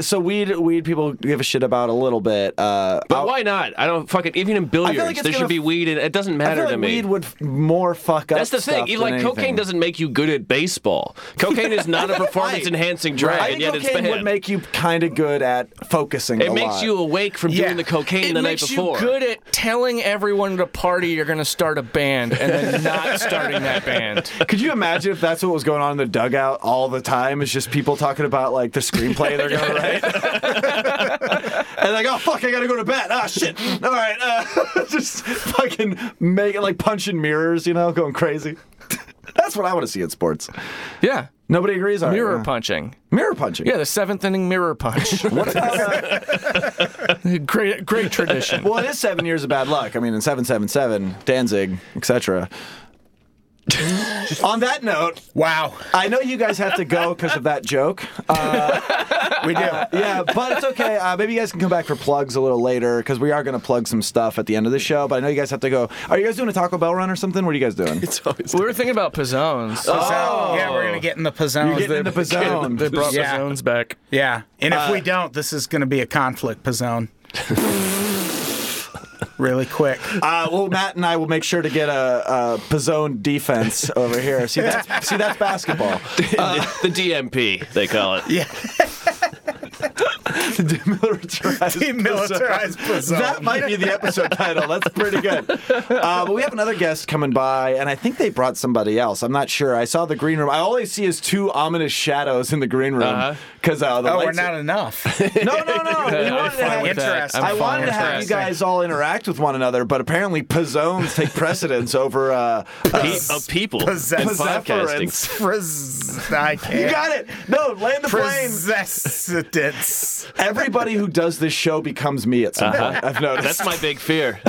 So weed weed people give a shit about a little bit. Uh, But why not? I don't fucking even in billiards. there it's gonna should be f- weed, and it doesn't I matter feel to like me. weed would f- more fuck up. That's the stuff thing. You- than Like cocaine anything. doesn't make you good at baseball. Cocaine is not <laughs> a performance enhancing drug, I and think yet it's cocaine banned. would make you kind of good at focusing. it a makes lot. you awake from Yeah. doing the cocaine it the makes night before. you good at telling everyone at a party you're going to start a band and then not starting that band. Could you imagine if that's what was going on in the dugout all the time? It's just people talking about like the screenplay they're gonna write, <laughs> and like, oh fuck, I gotta go to bat. Ah shit. All right, uh, <laughs> just fucking make it like punching mirrors, you know, going crazy. <laughs> that's what I want to see in sports. <laughs> Yeah, Nobody agrees on mirror it. yeah. punching. Mirror punching. Yeah, the seventh inning mirror <laughs> punch. What about, uh, great, great tradition. well, it is seven years of bad luck. I mean, in seven seven seven, Danzig, etc. <laughs> On that note, Wow. I know you guys have to go because of that joke. <laughs> Uh, We do. yeah, but it's okay. Uh, maybe you guys can come back for plugs a little later because we are going to plug some stuff at the end of the show. But I know you guys have to go. Are you guys doing a Taco Bell run or something? What are you guys doing? It's we were thinking about pizzones. So, yeah, we're going to get in the Pizzones. getting in the Pizzone. <laughs> <laughs> They brought Yeah. Oh, pizzones <laughs> back. yeah. And Uh, if we don't, this is going to be a conflict, <laughs> Pizzone. really quick. Uh, well, Matt and I will make sure to get a, a Pizzone defense over here. See, that's, see, that's basketball. <laughs> uh, the DMP, they call it. Yeah. <laughs> Demilitarized Demilitarized Pizzone. <laughs> That might be the episode title. That's pretty good. Uh, but we have another guest coming by, and I think they brought somebody else. I'm not sure. I saw the green room. I always see is two ominous shadows in the green room because uh the <laughs> Oh, we're lights- <laughs> not enough. No, no, no. We I'm wanted to fine have- with that. Interesting. I'm I fine wanted to with have that. you guys all interact with one another, but apparently pizzones take precedence over uh, uh, Pe- of people and <laughs> Possess- podcasting. <laughs> pizzeference. Frizz. I can't. You got it. No, land the plane. Possessance. Everybody who does this show becomes me at some point. I've noticed. That's my big fear.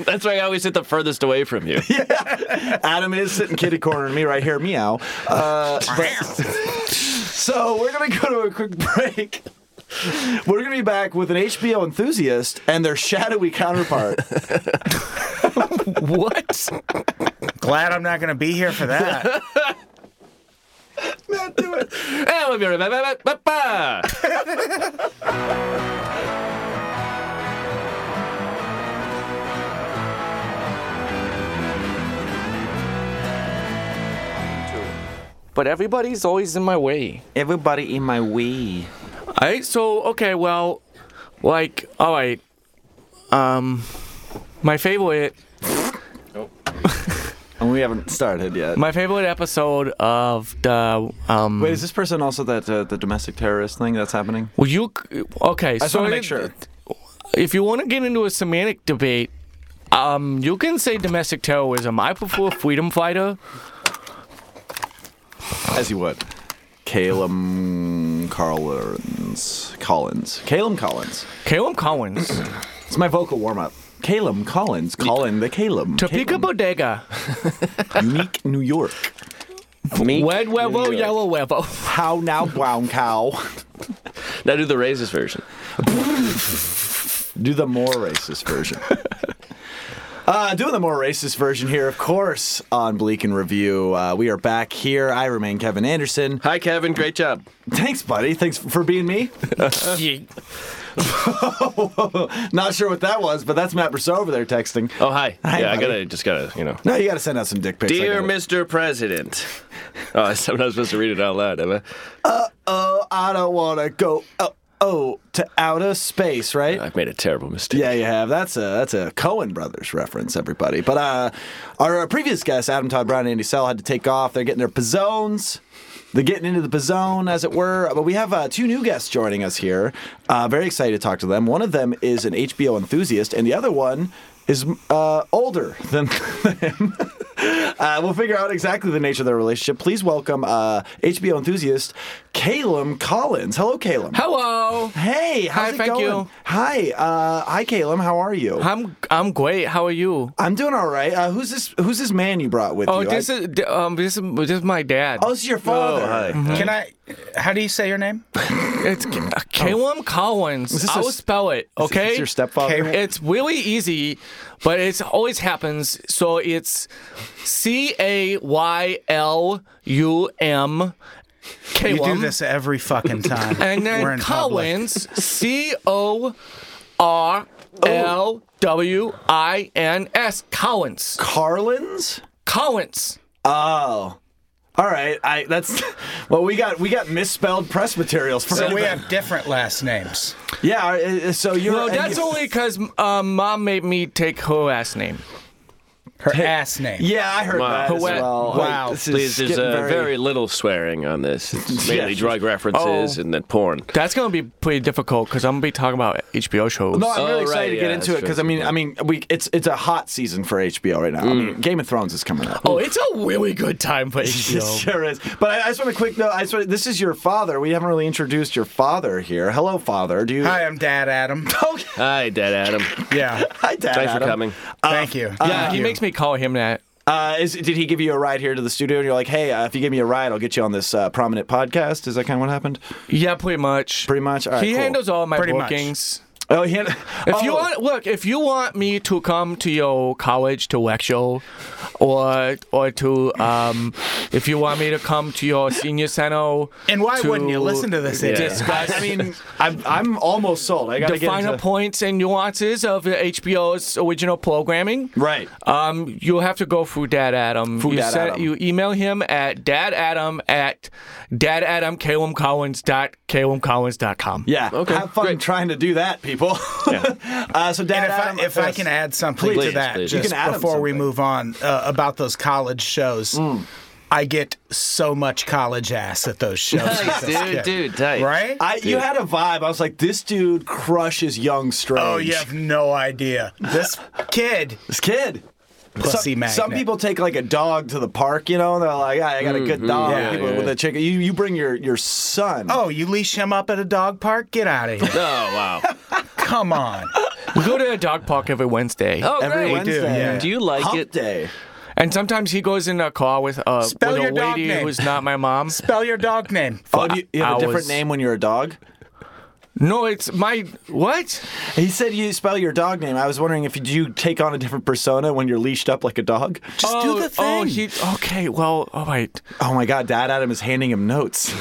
That's why I always sit the furthest away from <laughs> you. Adam is sitting kitty cornering me right here. Meow. Uh, <laughs> so we're gonna go to a quick break. We're gonna be back with an HBO enthusiast and their shadowy counterpart. What? Glad I'm not going to be here <laughs> for that. And we'll be right back. Ba- ba- ba- <laughs> ba. But everybody's always in my way. <laughs> Everybody in my way. I so okay. Well, like all right. Um, my favorite, And we haven't started yet. my favorite episode of the um. Wait, is this person also that uh, the domestic terrorist thing that's happening? Well, you c- okay? I just so want to it- make sure. if you want to get into a semantic debate, um, you can say domestic terrorism. I prefer freedom fighter. As you would. Calum Collins. Collins. Calum Collins. Caleb <coughs> Collins, It's my vocal warm up. Calum Collins. Colin the Calum. Topeka Calum. Bodega, Meek, New York. Red Wevo, York. Yellow Wevo. How now, brown cow? Now do the raises version. Do the more racist version. <laughs> Uh, doing the more racist version here, of course, on Bleak and Review. Uh, we are back here. I remain Kevin Anderson. Hi, Kevin. Great job. Thanks, buddy. Thanks for being me. <laughs> Not sure what that was, but that's Matt Brousseau over there texting. Oh, hi. Hi, yeah, I buddy. gotta just gotta you know. No, you got to send out some dick pics. I Dear get it. Mr. President. Oh, I'm not supposed to read it out loud, am I? Oh, I don't want to go. Oh, oh, to outer space, right? I've made a terrible mistake. Yeah, you have. That's a that's a Cohen brothers reference, everybody. But uh, our previous guests, Adam Todd Brown and Andy Sell, had to take off. They're getting their pizzones. They're getting into the pizzone, as it were. But we have uh, two new guests joining us here. Uh, very excited to talk to them. One of them is an HBO enthusiast, and the other one is uh, older than <laughs> them. uh, we'll figure out exactly the nature of their relationship. Please welcome uh, HBO enthusiast Calum Collins. Hello, Calum. <laughs> Hello. Hey, how's Hi, it thank going? you. Hi, uh, hi, Caleb. How are you? I'm I'm great. How are you? I'm doing all right. Uh, who's this? Who's this man you brought with Oh, you? this I- is d- um this is this is my dad. oh, this is your father. Can I? How do you say your name? It's K- uh, Caleb Collins. this I a will s- spell it. Is- Okay. is your stepfather. Caleb. It's really easy, but it always happens. So it's C A Y L U M K You do one. this <laughs> every fucking time. And We're then in public. Collins, C O R L W I N S. Collins. <laughs> Carlins. Collins. Oh, all right. I that's <laughs> well. We got we got misspelled press materials for So we everything. have different last names. yeah. all right, uh, So you're No, and that's you- only because um, mom made me take her last name. Her ass name. Yeah, I heard that as Who- well. wow. Like, this is Please, there's getting uh, very, very little swearing on this. <laughs> It's mainly Yeah. drug references Oh. and then porn. That's gonna be pretty difficult because I'm gonna be talking about HBO shows. No, I'm Oh, really right, excited to yeah, get into it that's because I true. mean, I mean, we it's it's a hot season for HBO right now. I Mm. mean, Game of Thrones is coming up. oh, it's a really good time <laughs> for HBO. Sure is. But I, I just want a quick note. I just want, this is your father. We haven't really introduced your father here. Hello, father. Do you? Hi, I'm Dad Adam. Okay. Hi, Dead Adam. Thanks Yeah. <laughs> Hi, Dad. for Adam. coming. Um, Thank you. yeah, he makes me call him that. Uh, is, did he give you a ride here to the studio? And you're like, hey, uh, if you give me a ride, I'll get you on this uh, prominent podcast. Is that kind of what happened? Yeah, pretty much. Pretty much? All right, he cool. handles all my Pretty much. bookings. <laughs> Oh, he had, If you want, look, if you want me to come to your college to lecture, or or to um, if you want me to come to your senior center, And why to wouldn't you listen to this? idiot? <laughs> Discuss, I mean, I'm, I'm almost sold. I got to the get finer into... points and nuances of HBO's original programming. Right. Um, you'll have to go through Dad Adam. you, Dad send- Adam. you email him at dadadam at dadadamcalumcollins.calumcollins.com. Yeah. Okay. Have fun trying to do that, people. <laughs> uh, so, Dad, And if, Adam, I, if I can add something Please, to that, please. just You can add 'em before we something. move on uh, about those college shows, Mm. I get so much college ass at those shows. with this dude, kid. dude, tight. Right? I, you had a vibe. I was like, this dude crushes young strange. oh, you have no idea. This kid, This kid. <laughs> pussy some, magnet. some people take like a dog to the park, you know, and they're like, "Ah, I got a good dog. Yeah, People yeah. with a chicken. You, you bring your, your son. Oh, you leash him up at a dog park? Get out of Oh, here. wow. Come on. We go to a dog park every Wednesday. Oh, <laughs> every great. Wednesday. yeah. Do you like Hump it? day. And sometimes he goes in a car with a, Spell with your a dog lady name. who's not my mom. Spell your dog name. Oh, do you, you have a different hours. name when you're a dog? No, it's my. What? He said you spell your dog name. I was wondering if you, do you take on a different persona when you're leashed up like a dog? Just oh, do the thing. Oh, he. Okay, well, all right. Oh my God, Dad Adam is handing him notes.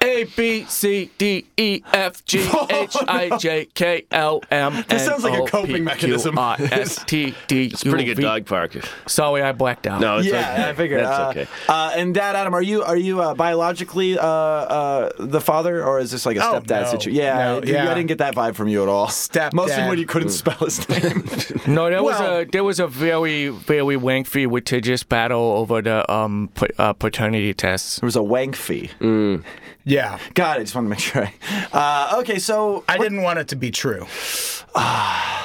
A B C D E F G H I J K L M. This sounds like a N, O, coping P, Q, mechanism. R, S, T, D, It's a pretty U, good V. dog park. Sorry, I blacked out. No, it's yeah, okay. I figured. That's uh, okay. Uh, and Dad Adam, are you are you uh, biologically uh, uh, the father, or is this like a Oh, stepdad no. situation? Yeah, No, I- yeah. I didn't get that vibe from you at all. Stepdad. Mostly when you couldn't spell his <laughs> name. no, there Well- was a there was a very very lengthy litigious battle over the um pa- uh, paternity tests. there was a wank fee. yeah. God, I just want to make sure. I, uh, okay, so I didn't want it to be true,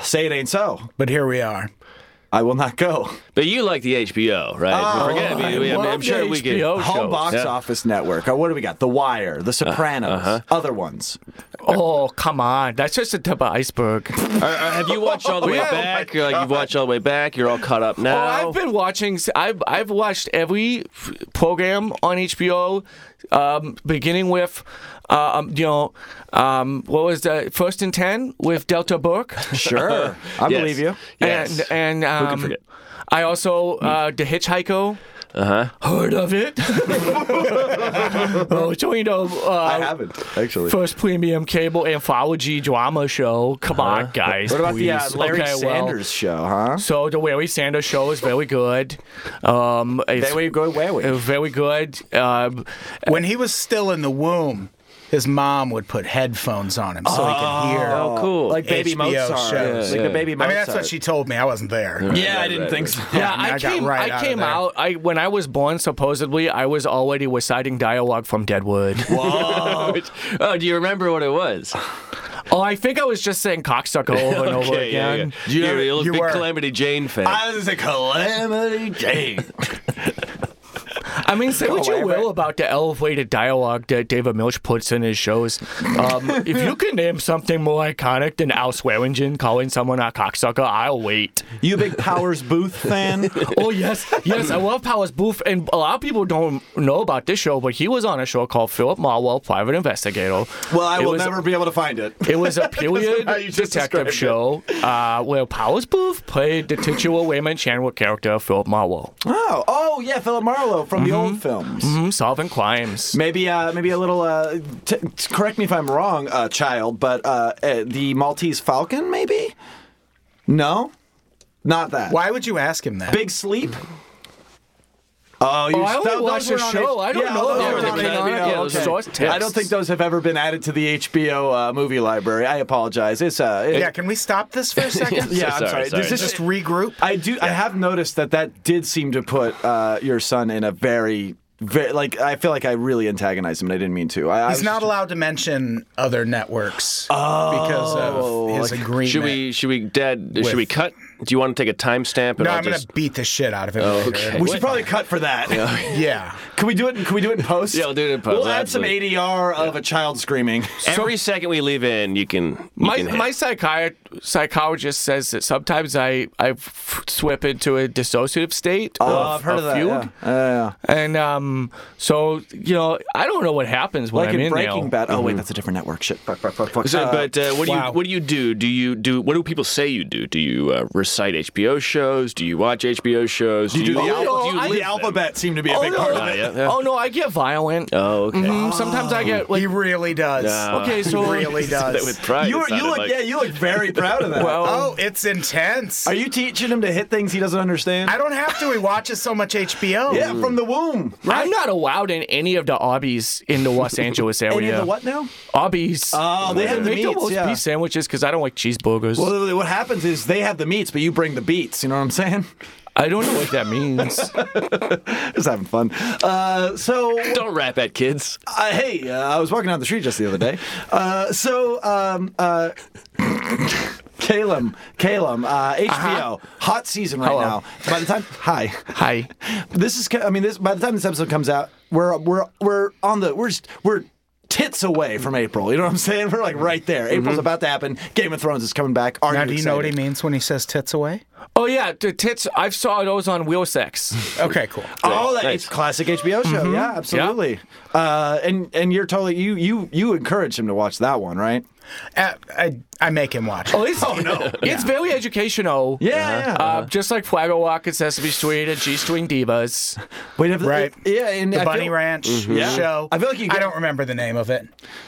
say it ain't so. but here we are. I will not go. But you like the HBO, right? Oh, Forget it. I I mean, I'm, love I'm sure the we can. HBO. Oh, Home shows. box Yeah. office network. Uh, what do we got? The Wire, The Sopranos, other ones. Oh come on, that's just the tip of iceberg. Are- are- have you watched all the way Yeah, oh my back? You're like, you've watched all the way back. You're all caught up Oh, now. I've been watching. I've I've watched every f- program on HBO um, beginning with, uh, um, you know, um, what was the first and ten with Delta <laughs> Burke? Sure. I Yes. believe you. Yes. And and um, forget? I also uh, the Hitchhiker. Uh-huh. Heard of it? <laughs> oh, so you know, uh, I haven't, actually. First premium cable anthology drama show. Come on, guys. What about the uh, please. Larry Okay, well, Sanders show, huh? so the Larry Sanders show is very good. Um, it's There we go, where we? uh, very good. Um, When he was still in the womb, his mom would put headphones on him so he could hear. Oh, cool. Like Baby HBO Mozart. shows. Like Yeah. the Baby I Mozart. mean, that's what she told me. I wasn't there. Yeah, I didn't think so. yeah, I mean, I, I got came. right out I of came there. out. I when I was born, supposedly, I was already reciting dialogue from Deadwood. oh, do you remember what it was? oh, I think I was just saying cocksucker over <laughs> and over Okay, yeah, again. yeah. You, are a you big were. Calamity Jane fan. was a calamity Jane. I mean, say what you will about the elevated dialogue that David Milch puts in his shows. <laughs> Um, if you can name something more iconic than Al Swearingen calling someone a cocksucker, I'll wait. You a big Powers Booth <laughs> fan? Oh yes, yes, I love Powers Booth, and a lot of people don't know about this show, but he was on a show called Philip Marwell, Private Investigator. Well, I It will was- never be able to find it. It <laughs> was a how you period just described detective it. show uh, where Powers Booth played the titular Raymond Chandler character Philip Marwell, Oh, oh yeah, Philip Marlowe from the old films. mm, solving crimes. Maybe, uh, maybe a little. Uh, t- t- correct me if I'm wrong, uh, child, but uh, uh, the Maltese Falcon, maybe? No, not that. Why would you ask him that? Big Sleep. Oh, you Oh, I th- only those watched were the on show. I don't yeah, know those about were the on Canonical HBO, source okay. I don't texts. think those have ever been added to the HBO uh, movie library. I apologize. It's uh, it- Yeah, can we stop this for a second? yeah, I'm Sorry, sorry. sorry. This is Just regroup. I do. I have noticed that that did seem to put uh, your son in a very, very like. I feel like I really antagonized him, and I didn't mean to. I, I He's was not just- allowed to mention other networks because of his agreement. should we? Should we? Dad? Should we With- cut? Do you want to take a timestamp? and No, I'll I'm gonna just- beat the shit out of him. later. Okay. We should probably cut for that. Yeah. <laughs> Can we do it? Can we do it in post? Yeah, we'll do it in post, We'll add some absolutely. ADR of a child screaming. Every second we leave in, you can. You My, can hit. my psychiat- psychologist says that sometimes I I f- slip into a dissociative state. Oh, of, I've heard of that. fugue. yeah. Yeah, And um, so you know, I don't know what happens yeah. when Like I'm in in Breaking there. Bad. Oh wait, that's a different network. Shit. Fuck. Fuck. Fuck. Fuck. So, Uh, Mm-hmm. but uh, what do wow. you what do you do? Do you do what do people say you do? Do you uh, recite HBO shows? Do you watch HBO shows? Do you, Oh, the, live- al- no, do you I- live the them? alphabet seemed to be a Oh big part no! of it. yeah, yeah. Oh no! I get violent. Oh, okay. <laughs> Mm, Sometimes I get he like. really does. Okay, so he really does. With pride, You, it were, you sounded look. like- Yeah, you look <laughs> very proud of that. Well, oh, it's intense. Are you teaching him to hit things he doesn't understand? I don't have to. He watches so much HBO. yeah, from the womb. Right. I'm not allowed in any of the obbies in <laughs> the Los Angeles Oh, area. Any of the what now? Obbies. Oh, they have the make the meats, roast yeah. beef sandwiches because I don't like cheeseburgers. Well, what happens is they have the meats, but you bring the beats. You know what I'm saying? <laughs> I don't know what that means. Just having fun. Uh, so, Don't rap at kids. uh, hey, uh, I was walking down the street just the other day. Uh, so, um, uh, <coughs> Calum, Calum, uh, HBO, Uh-huh. hot season right Hello. now. By the time, hi, Hi. this is. I mean, this by the time this episode comes out, we're we're we're on the we're just, we're tits away from April. You know what I'm saying? We're like right there. April's about to happen. Game of Thrones is coming back. Are Mm-hmm. Now, do you know what he excited? means when he says tits away? Oh yeah, the tits. I saw those on Wheel Sex. Okay, cool. Oh, that it's classic HBO show. Yeah, absolutely. Uh, and and you're totally you you you encourage him to watch that one, right? Uh, I, I make him watch. Oh, it's, <laughs> no! It's very educational. Yeah, Uh, just like Flago Walk and Sesame Street and G String <laughs> Divas. Wait, if, Right. yeah, and the I Bunny feel- Mm-hmm. Ranch Yeah. show. I feel like you I get- don't remember the name of it.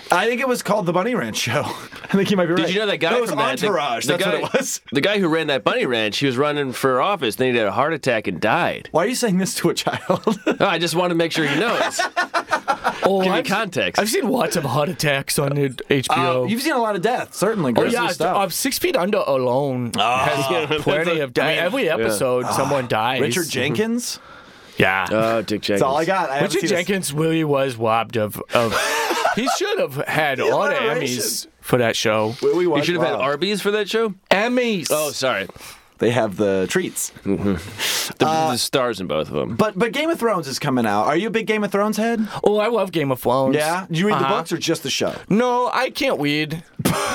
I think it was called the Bunny Ranch show. <laughs> I think you might be right. Did you know that guy No, it was from that? the- Entourage. the That's guy, what it was. The guy who ran that bunny ranch, he was running for office, then he had a heart attack and died. Why are you saying this to a child? <laughs> Oh, I just want to make sure he knows. Oh, Give me I've- context. I've seen lots of heart attacks on the Uh, HBO. you've seen a lot of death, certainly. Oh Grisly yeah, stuff. uh, Six Feet Under <laughs> alone has plenty of death. Every episode, someone dies. Richard Jenkins. Yeah. Oh, Dick James. That's all I got. I haven't Mm-hmm. Richard seen this- Jenkins really was robbed of. <laughs> of he should have had all the alliteration. Emmys for that show. We You watched- should have had wow. Arby's for that show. Emmys. Oh, sorry. They have the treats. Mm-hmm. The, the stars in both of them. Uh, But but Game of Thrones is coming out. Are you a big Game of Thrones head? oh, I love Game of Thrones. Yeah. Do you read the Uh-huh. books or just the show? No, I can't read.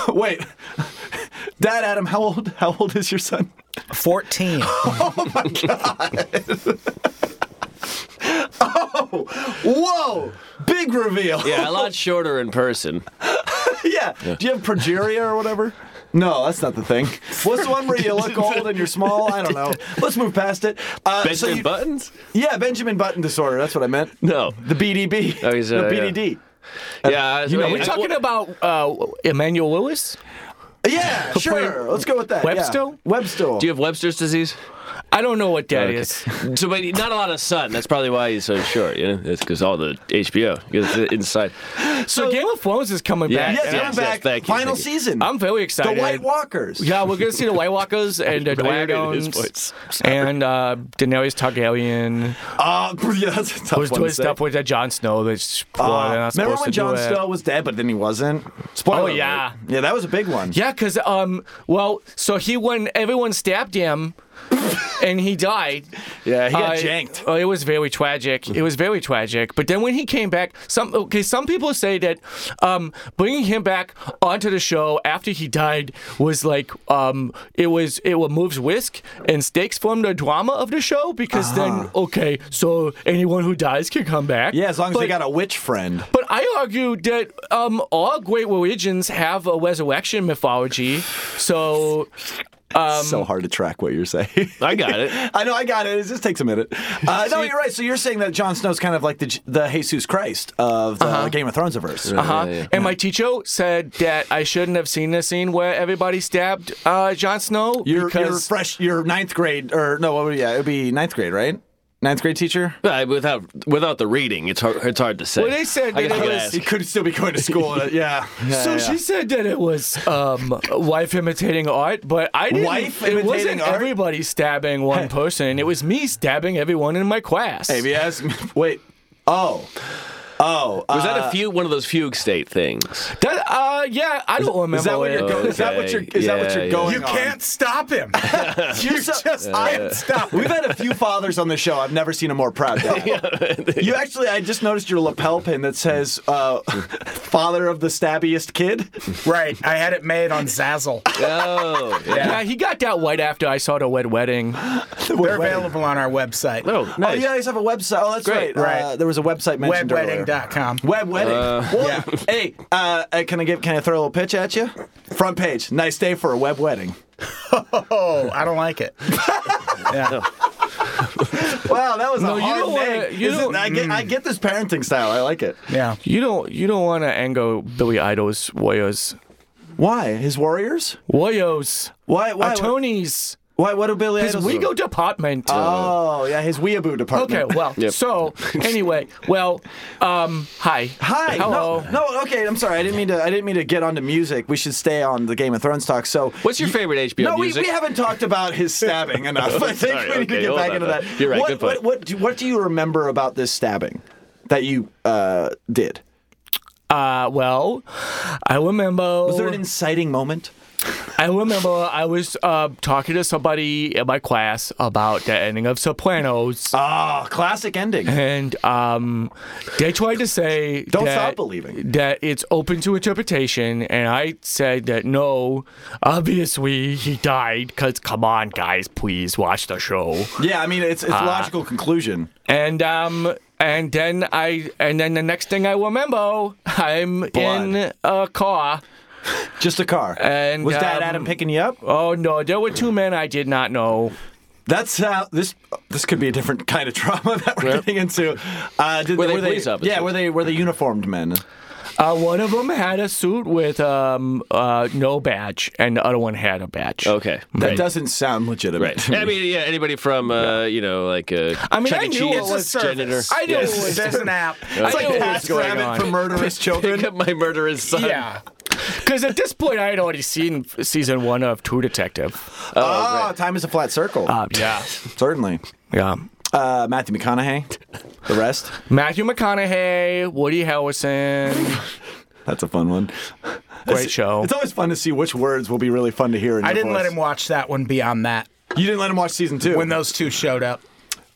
Wait, Dad, Adam, how old? How old is your <laughs> son? 14. Whoa! Big reveal. Yeah, a lot shorter in <laughs> person. yeah. Do you have progeria or whatever? No, that's not the thing. What's the one where you look old and you're small? I don't know. Let's move past it. Uh, so Benjamin you- Buttons? Yeah, Benjamin Button disorder. That's what I meant. No. The BDB. Oh, he's, uh, the yeah. BDD. Yeah, You know, I- we I- talking about uh, Emmanuel Lewis? Yeah, sure. Let's go with that. yeah. Webstool? Webstool. Do you have Webster's disease? I don't know what that is. So, but not a lot of sun. That's probably why he's so short. You know, it's because all the HBO gets inside. <laughs> So Game of Thrones is coming Yeah, back. yeah, Yes, coming yes, back. thank you, final thank you. season. I'm very the excited. White Walkers. Yeah, we're gonna see the White <laughs> Walkers and the Ragged is Dragons what's- and uh, Daenerys Targaryen. Uh, <laughs> yeah, that's a tough was one doing to say. stuff with uh, Jon Snow. That's Uh, well, they're not remember supposed when to do Jon it. Snow was dead, but then he wasn't? Spoiler. Oh, alert. yeah. Yeah, that was a big one. Yeah, because um, well, so he when everyone <laughs> stabbed him, and he died. Yeah, he got Uh, janked. Oh, it was very tragic. It was very tragic. But then when he came back, some okay, some people say that um, bringing him back onto the show after he died was like um, it was it removes risk and stakes from the drama of the show because then okay, so anyone who dies can come back. Ah. Yeah, as long as they But- got a witch friend. but I argue that um, all great religions have a resurrection mythology. So um, so hard to track what you're saying. <laughs> I got it. I know, I got it. It just takes a minute. Uh, no, you're right. So you're saying that Jon Snow's kind of like the J- the Jesus Christ of the Game of Thrones verse. Uh-huh. And my teacher said that I shouldn't have seen the scene where everybody stabbed uh, Jon Snow You're, you're because fresh. You're ninth grade, or no? What would, yeah, it would be ninth grade, right? Ninth grade teacher. Uh, without without the reading, it's hard, it's hard to say. Well, they said I guess that you it could was- <laughs> ask. He could still be going to school. uh, yeah. yeah. so she said that it was um, wife imitating art, but I didn't. Wife it imitating wasn't art? everybody stabbing one person. It was me stabbing everyone in my class. Maybe ask. Wait. Oh. Oh. Was that uh, a few one of those fugue state things? That, uh, yeah, I don't remember. Is that what it. you're? Go- Is that what Okay, you're? Is that what yeah, you're yeah. going? You on? <laughs> can't stop him. <laughs> you just can't stop him. We've had a few fathers on the show. I've never seen a more proud <laughs> dad. you actually, I just noticed your lapel pin that says uh, <laughs> "Father of the Stabbiest Kid." Right. I had it made <laughs> on Zazzle. Oh, Yeah, he got that right after I saw the wed wedding. <laughs> They're available on our website. no, Oh, nice. you guys have a website. Oh, that's Great. right. Uh, Right. there was a website mentioned earlier. Webwedding.com. Web wedding. Well, Hey, uh, uh, can I give? Can I throw a little pitch at you? Front page. Nice day for a web wedding. Oh, I don't like it. Yeah. Wow, that was No, a you hard don't wanna- name. you Is it- don't- Mm. I get, I get this parenting style. I like it. <laughs> Yeah. You don't you don't want to anger Billy Idol's Warriors. Why his warriors? Warriors. Why? Why? Attorneys. Why? What do Billy? His Idol's- legal department. Oh, yeah, his weeaboo department. okay, well, so anyway, well, um, hi. <laughs> Hi. Hello. No, no, okay. I'm sorry. I didn't mean to. I didn't mean to get onto music. We should stay on the Game of Thrones talk. So, What's your favorite HBO no, we, music? we haven't talked about <laughs> his stabbing enough. I think Sorry, we need okay, to get hold back on, into though. that. You're right, What, good what, point. what, do, what do you remember about this stabbing that you uh, did? Uh, well, I remember. Was there an inciting moment? I remember I was uh, talking to somebody in my class about the ending of Sopranos, Ah, classic ending. and um, they tried to say Don't that- stop believing. that it's open to interpretation, and I said that no, obviously he died. Cause come on, guys, please watch the show. <laughs> Yeah, I mean it's it's Ah. logical conclusion. And um, and then I, and then the next thing I remember, I'm in a car. Just a car. And, was Dad um, Adam picking you up? Oh no, there were two men I did not know. That's how this this could be a different kind of trauma <laughs> that we're getting into. Uh, did, Were they police officers? Yeah, were they were they uniformed men? Uh, one of them had a suit with um, uh, no badge, and the other one had a badge. okay. That right. doesn't sound legitimate. <laughs> Right. <laughs> I mean, yeah, anybody from, uh, you know, like, uh, I mean, Chuck I E. knew it Cheese was janitor. service. I knew it was- There's <laughs> an app. I knew what was Ask going Rabbit on. for murderous <laughs> <laughs> children. Pick up my murderous son. Yeah. Because at this point, I had already seen season one of True Detective. oh, time is a flat circle. Uh, yeah. Certainly. Yeah. Uh, Matthew McConaughey. The rest. Matthew McConaughey, Woody Harrelson. That's a fun one. Great show. It's always fun to see which words will be really fun to hear. In I your didn't let voice. him watch that one beyond that You didn't let him watch season two. when those two showed up.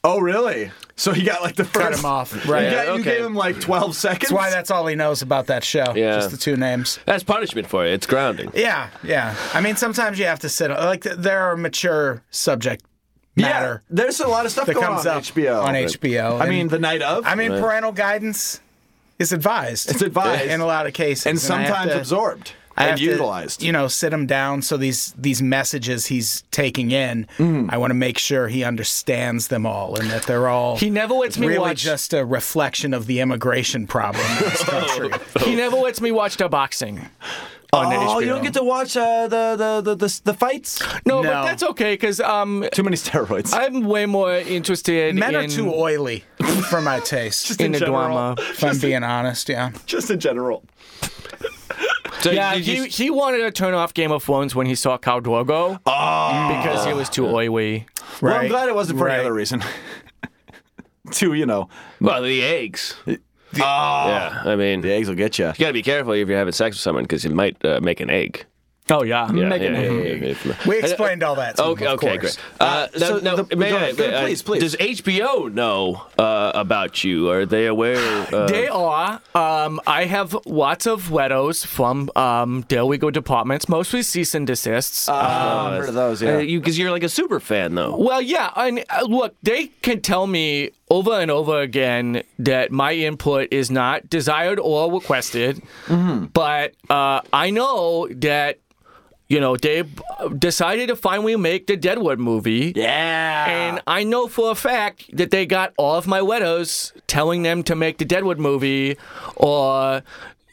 oh, really? So he got like the first. Cut <laughs> him off. Right. You, Yeah, got, you okay. gave him like twelve seconds. That's why that's all he knows about that show. Yeah. Just the two names. That's punishment for you. It's grounding. Yeah, yeah. I mean, sometimes you have to sit. Like, there are mature subject Yeah, matter there's a lot of stuff that going comes on up HBO. on HBO. I And- mean, the night of. I mean, parental guidance is advised. It's advised. in a lot of cases, and I have sometimes to- absorbed I and have to, utilized. you know, sit him down so these these messages he's taking in, Mm. I want to make sure he understands them all and that they're all. He never lets me really watch- just a reflection of the immigration problem <laughs> in this country. He never lets me watch the boxing. oh, you don't get to watch uh, the, the, the the the fights. No, No. but that's okay because um, Too many steroids. I'm way more interested Men in are too oily for my <laughs> taste. in in general. Adwama. if I'm being honest, yeah. <laughs> Just in general. So Yeah, did he, you- he wanted to turn off Game of Thrones when he saw Khal Drogo because he was too oily. Right. Well, I'm glad it wasn't for right. any other <laughs> reason. Too, you know, well, the eggs. yeah, oh. I mean, the eggs will get you. you gotta be careful if you're having sex with someone because you might uh, make an egg. Oh yeah, Yeah, Make yeah, an yeah, egg. yeah, yeah, yeah. We explained all that. To him, Okay, of okay, course. great. Uh, so no, no, the- may go I- ahead, go ahead, uh, please, please. Does HBO know uh, about you? Are they <sighs> aware? Uh, They are. Um, I have lots of letters from um, There We Go departments, mostly cease and desists. I've heard of those, yeah. uh, you because you're like a super fan though. well, yeah, and uh, look, they can tell me over and over again that my input is not desired or requested, Mm-hmm. but uh, I know that. You know, they uh, decided to finally make the Deadwood movie. yeah. And I know for a fact that they got all of my widows telling them to make the Deadwood movie, or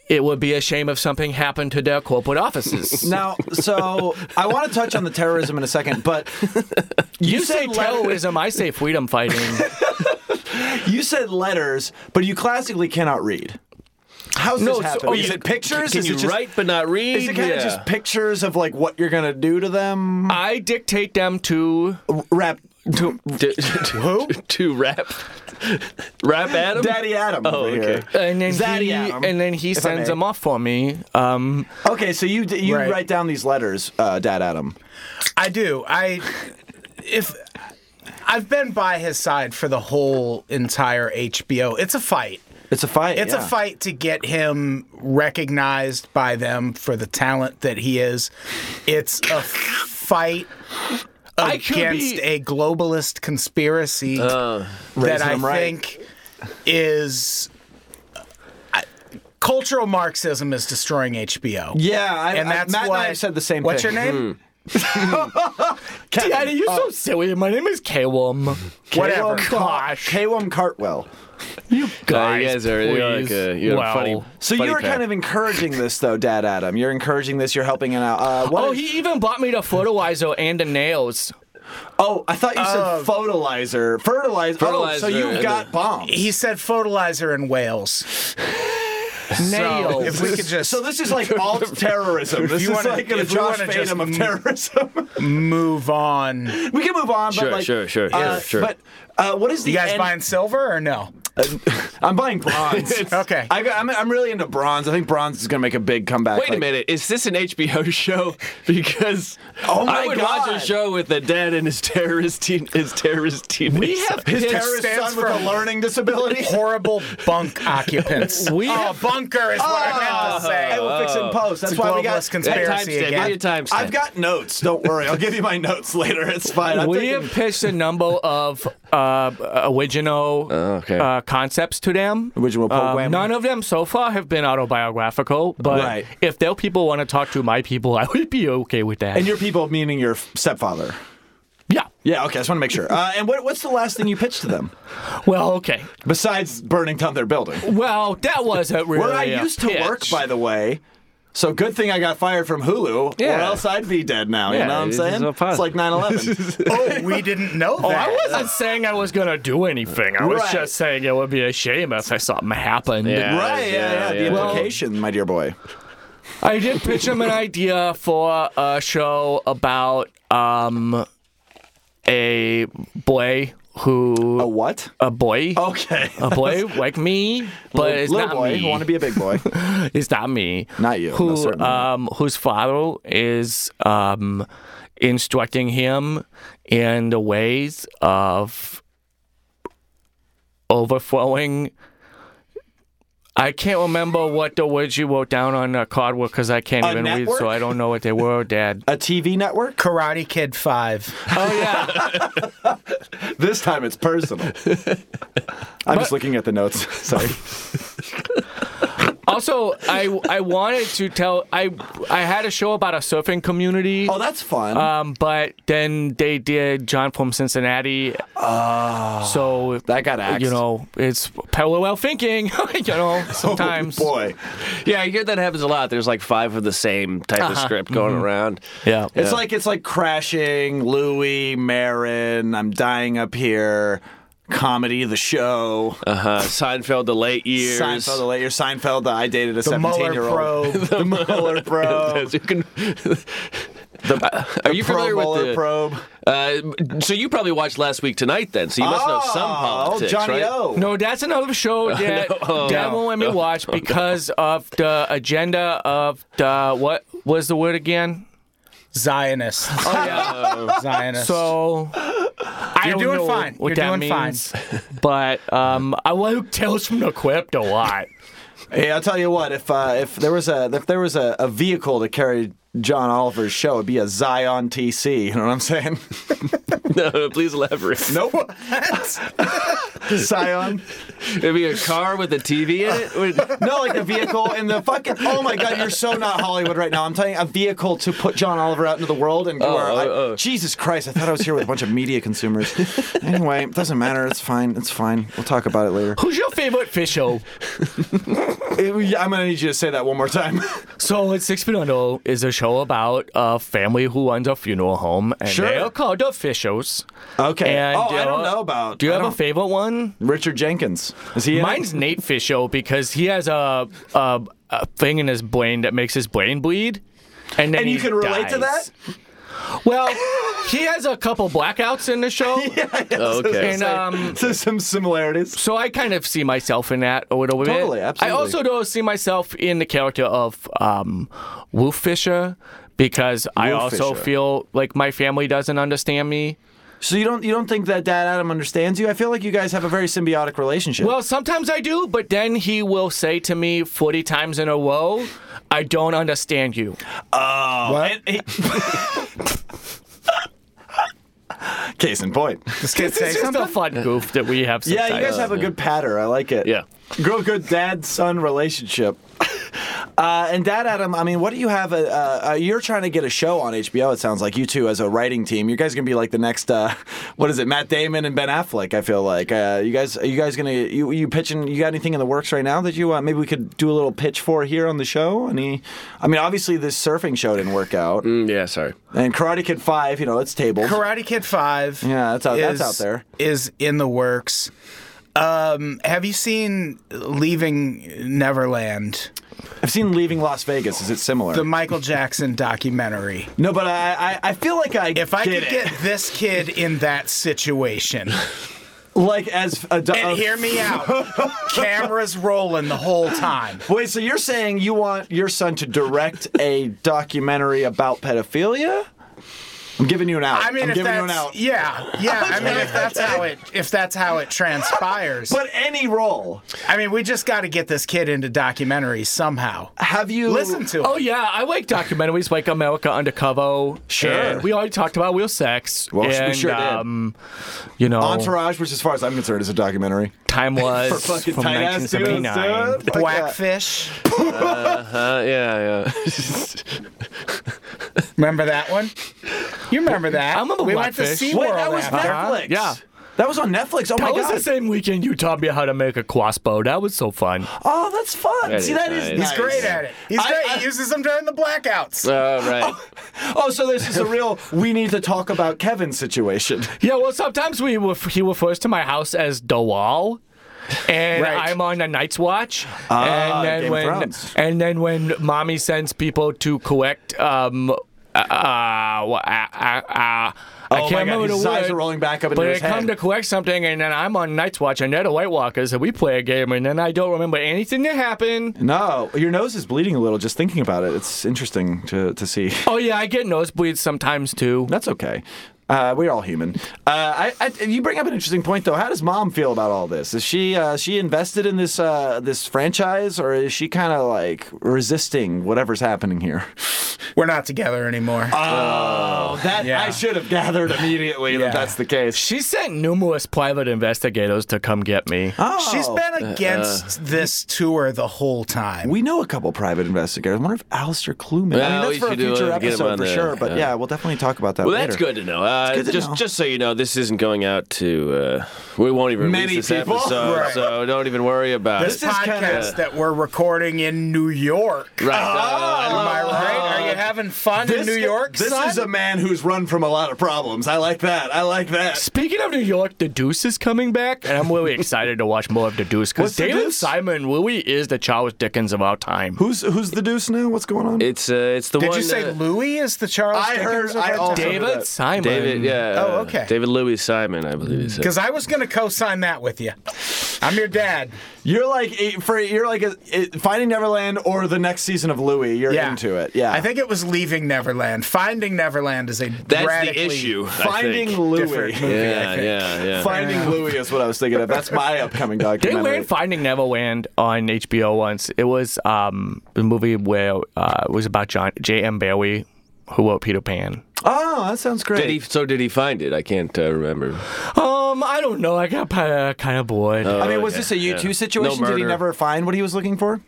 it would be a shame if something happened to their corporate <laughs> offices. Now, so I want to touch on the terrorism in a second, but you, say said letter- terrorism, I say <laughs> freedom fighting. you said letters, but you classically cannot read. How's No, so- this happening? oh, is you- it pictures? Can is you it just, write but not read? Is it kind Yeah. of just pictures of like what you're gonna do to them? I dictate them to. <laughs> Rap, to to, who? <laughs> To rap, <laughs> rap Adam. <laughs> Daddy Adam. Oh, over here. okay. and then Zaddy he Adam, and then he if I sends may. them off for me. Um, Okay, so you d- you Right. write down these letters, uh, Dad Adam. I do. I if I've been by his side for the whole entire HBO. It's a fight. It's a fight. It's yeah. a fight to get him recognized by them for the talent that he is. It's a fight I could against be- a globalist conspiracy that Uh, raising I them right. think is I- cultural Marxism is destroying HBO. Yeah, I, And I- that's Matt what and I have said the same What's thing. your name? Daddy, you're Oh. so silly. My name is <laughs> Calum. Whatever. Gosh. Calum Cartwell. Guys, Guys, you guys are you're like please. a, you're Wow. a funny. So funny you were pair. kind of encouraging this, though, Dad Adam. You're encouraging this. You're helping it out. Uh, what Oh, if- he even bought me the fertilizer and <laughs> the nails. oh, I thought you said Um, fertilizer. Fertilizer. Oh, so Fertilizer you and got bombs. He said fertilizer in Wales. So Nails. if we could just so this is like alt terrorism. This you is wanna- like a <laughs> if you Josh Fadum wanna just of m- terrorism. move on. we can move on. Sure, but like, sure, sure, uh, yeah, sure. But uh, what is the You guys end- buying silver or no? I'm buying <laughs> bronze. Okay. I got, I'm, I'm really into bronze. I think bronze is going to make a big comeback. Wait a Like, minute, is this an HBO <laughs> show? Because Oh my I would watch God. a show with the dad and his terrorist teen, his terrorist team. We have His pissed- terrorist stands son with for- a <laughs> learning disability. Horrible <laughs> bunk occupants. We oh, have- bunker is what I meant to say. I will Ah. fix it in post. That's It's a why we globalist got. time conspiracy stamp. Your again. time stamp. <laughs> I've got notes. Don't worry. I'll give you my notes later. It's fine. I'm we thinking- have pitched a number of uh, original okay. uh, concepts to them. Oh, Original Um, program. none of them so far have been autobiographical, but Right. if their people want to talk to my people, <laughs> I would be okay with that. and your people, meaning your stepfather. yeah. Yeah. Okay. I just want to make sure. Uh, and what, what's the last thing you pitched to them Well, okay. besides burning down their building? Well, that wasn't really. Where I uh, a used to work, pitch. by the way. So good thing I got fired from Hulu, or Yeah. else I'd be dead now. you Yeah, know what I'm this saying? is a It's pos- like <laughs> 9/11. Oh, we didn't know that. Oh, I wasn't saying I was gonna do anything. I was Right. just saying it would be a shame if something happened. Yeah, right? Yeah, uh, yeah. The Well, implication, my dear boy. I did pitch <laughs> him an idea for a show about um a boy who A what? a boy Okay. Oh, a boy <laughs> like me, but it's little not boy me. who want to be a big <laughs> boy. <laughs> it's not me. Not you, no, Who certainly not. um whose father is um instructing him in the ways of overthrowing I can't remember what the words you wrote down on uh, Codwell because I can't A even read, so network? I don't know what they <laughs> were, Dad. A TV network? Karate Kid 5. oh yeah, This time it's personal. <laughs> I'm just looking at the notes. <laughs> Sorry. Also, I I wanted to tell I I had a show about a surfing community. Oh, that's fun. Uh, Um, but then they did John from Cincinnati. Oh, so that got axed. you know it's parallel thinking. <laughs> you know sometimes. Oh, boy. Yeah, I hear that happens a lot. There's like five of the same type of Uh-huh. script going Mm-hmm. around. Yeah. It's like it's like crashing, Louis, Marin, I'm dying up here, comedy, the show, Uh, Seinfeld, the late years. Seinfeld, the later Seinfeld, the I dated a The 17 Mueller year old, probe. <laughs> the <laughs> Mueller probe, You can- <laughs> Uh, the Are you pro familiar with Mueller the? probe. Uh, so you probably watched Last Week Tonight then. So you must know some oh, politics, Johnny right? O. No, that's another show that that won't let me watch because of the agenda of the what was the word again? <laughs> Zionist. Oh. Zionist. So I You're don't doing know fine. What You're that doing means, but um, I like tales from the crypt a lot. Hey, I'll tell you what. If uh, if there was a if there was a, a vehicle to carry John Oliver's show, it'd be a Zion TC. You know what I'm saying? <laughs> <laughs> No, please elaborate. Nope. <laughs> Zion. It'd be a car with a TV in it. Would- No, like a vehicle and the fucking. Oh my god, you're so not Hollywood right now. I'm telling you, a vehicle to put John Oliver out into the world and do our. I- oh, oh. Jesus Christ, I thought I was here with a bunch of media consumers. Anyway, it doesn't matter. It's fine. It's fine. We'll talk about it later. <laughs> Who's your favorite fish show? <laughs> It- I'm gonna need you to say that one more time. So, it's Six Feet Under is a show about a family who runs a funeral home, and Sure. they are called the Fishers. Okay. And, oh, I uh, don't know about. Do you I have a don't- favorite one? Richard Jenkins? Is he? In Mine's it? Nate Fisho because he has a, a a thing in his brain that makes his brain bleed, and then And you he can relate to dies. Well, he has a couple blackouts in <laughs> the show, oh, okay. and um, So some similarities. So I kind of see myself in that a little bit. Totally, absolutely. I also do see myself in the character of um, Wolf Fisher because I Wolf also Fisher. feel like my family doesn't understand me. So you don't you don't think that Dad Adam understands you? I feel like you guys have a very symbiotic relationship. Well, sometimes I do, but then he will say to me 40 times in a row, I don't understand you. <laughs> case in point. this kid say It's just something? a fun goof that we have Yeah, sometimes. you guys have a good patter. I like it. Yeah. Grow good dad son relationship. Uh, and Dad Adam, I mean, what do you have? Uh, uh, uh, you're trying to get a show on HBO. It sounds like you two, as a writing team, you guys gonna be like the next, uh, <laughs> what is it, Matt Damon and Ben Affleck? I feel like uh, you guys, are you guys gonna you you pitching? You got anything in the works right now that you uh, maybe we could do a little pitch for here on the show? Any? I mean, obviously this surfing show didn't work out, Mm, yeah, sorry. and Karate Kid Five, you know, it's tabled. Karate Kid 5. Yeah, that's out- that's is- out there. Is in the works. Um, have you seen Leaving Neverland, I've seen Leaving Las Vegas. Is it similar? the Michael Jackson documentary? no, but I, I I feel like I If I get could it. get this kid in that situation, like as a and hear <laughs> me out, cameras rolling the whole time. Wait, so you're saying you want your son to direct a documentary about pedophilia? I'm giving you an out. I mean, I'm if giving that's you an out. yeah, yeah. I mean, if that's how it if that's how it transpires. But any role, I mean, we just got to get this kid into documentaries somehow. have you Listen to him. Oh yeah, I like documentaries like America Undercover. Sure. and we already talked about Will Sex. Well, we and, sure did. um, You know, Entourage, which as far as I'm concerned is a documentary. <laughs> time For was fucking from tight ass dudes, 1979. dude. Like that. Blackfish. Uh, yeah, yeah. <laughs> Remember that one? You remember that? I remember we went to Blackfish. SeaWorld Wait, that was after. Netflix. Uh-huh. Yeah. That was on Netflix. Oh my That was god. the same weekend you taught me how to make a crossbow. That was so fun. Oh, that's fun. That See, is that is nice. He's great at it. He's I- great. I- he uses them during the blackouts. All right. Oh, so this is a real we need to talk about Kevin situation. Yeah, well, sometimes we were, he refers to my house as the wall. And Right. I'm on a night's watch, Ah, and then Game of when Thrones. and then when mommy sends people to collect, um, uh, uh, uh, uh, I Oh my can't God, remember his the eyes word, are rolling back up into But his I come head. to collect something, and then I'm on night's watch, and they're the White Walkers, and we play a game, and then I don't remember anything that happened. No, your nose is bleeding a little just thinking about it. It's interesting to, to see. <laughs> Oh yeah, I get nosebleeds sometimes too. That's okay. Uh, we're all human. Uh, I, I, you bring up an interesting point, though. How does mom feel about all this? Is she uh, she invested in this uh, this franchise, or is she kind of like resisting whatever's happening here? We're not together anymore. Oh, that Yeah. I should have gathered immediately Yeah. that that's the case. She sent numerous private investigators to come get me. Oh, She's Uh, been against this tour the whole time. We know a couple private investigators. I wonder if Alistair Kluman. Yeah, I we mean, that's for a should do it. future Get him episode on for the- sure. But yeah. yeah. we'll definitely talk about that. Well, later. that's good to know. Uh, good to just, know. just so you know, this isn't going out to. Uh, we won't even release Many this people. episode, Right. so don't even worry about this it. podcast that we're recording in New York. Right. Am I Uh, right? Are you having fun in New York? Oh. This son? is a man who's run from a lot of problems. I like that. I like that. Speaking of New York, The Deuce is coming back, and I'm really excited to watch more of The Deuce because What's The David Deuce? Simon really is the Charles Dickens of our time. Who's who's the deuce now? What's going on? it's uh, it's the Did one. you say uh, Louis is the Charles? I heard- I also- David that. Simon. David? Yeah. Oh, uh, okay. David Louis Simon, I believe he said. Because I was going to co-sign that with you. I'm your dad. you're like eh, for you're like a, eh, Finding Neverland or the next season of Louie. You're Yeah. into it. Yeah. I think it was Leaving Neverland. Finding Neverland is a That's radically the issue. I Finding think. Louie. different movie. I Yeah, think. yeah, yeah. Finding Louie is what I was thinking of. That's my upcoming They documentary. ran Finding Neverland on HBO once. It was um, a movie where uh, it was about John J.M. Barrie, who wrote Peter Pan. oh, that sounds great. Did he? So did he find it? I can't uh, remember. Um, I don't know. I got uh, kind of bored. Oh. I Oh, mean, was this a U two situation? Did he murder. never find what he was looking for?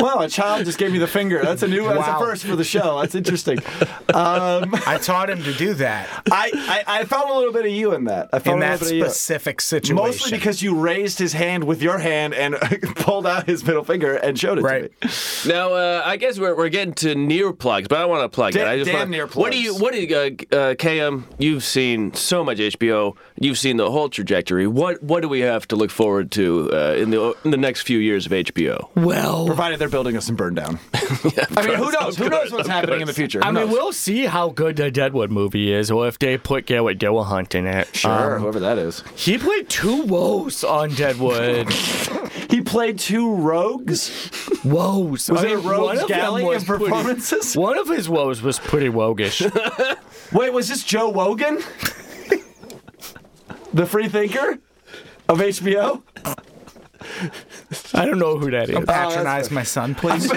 wow, a child just gave me the finger. That's a new. That's a Wow. first for the show. That's interesting. Um, <laughs> I taught him to do that <laughs> I, I I found a little bit of you in that. I in found a that little bit of you. specific situation. Mostly because you raised his hand with your hand and <laughs> pulled out his middle finger and showed it Right. to me. Now, uh, I guess we're, we're getting to near plugs, but I want to plug Da- it. I just damn wanna, near What do you? plugs. What do you? Uh, uh, KM, you've seen so much HBO. You've seen the whole trajectory. What What do we have to look forward to uh, in the in the next few years of HBO? well, Provided they're building us in burn <laughs> down. I mean, who knows? Who knows what's happening in the future? I Who mean, knows? we'll see how good the Deadwood movie is, or if they put Garrett Dillahunt in it. Sure, Um, whoever that is. he played two woes on <laughs> Deadwood. He played two rogues. woes. Was I it a mean, rogues one of them galley was of pretty- performances? <laughs> one of his woes was pretty roguish. Wait, was this Joe Wogan? the free thinker of HBO? I don't know who that is. Oh, Oh, patronize my <laughs> son, please.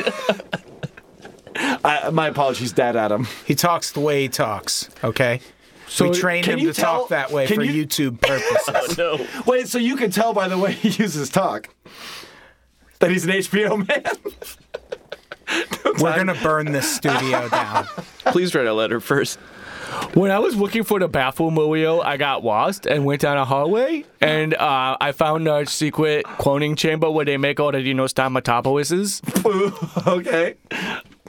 I, my apologies, Dad Adam. he talks the way he talks. Okay. So we trained can him you to tell- talk that way can for you- <laughs> YouTube purposes. Wait, so you can tell by the way he uses talk that he's an HBO man? We're gonna burn this studio down. <laughs> Please write a letter first. When I was looking for the bathroom Murio, I got lost and went down a hallway, and uh, I found a secret cloning chamber where they make all the dinostomatopouses, okay.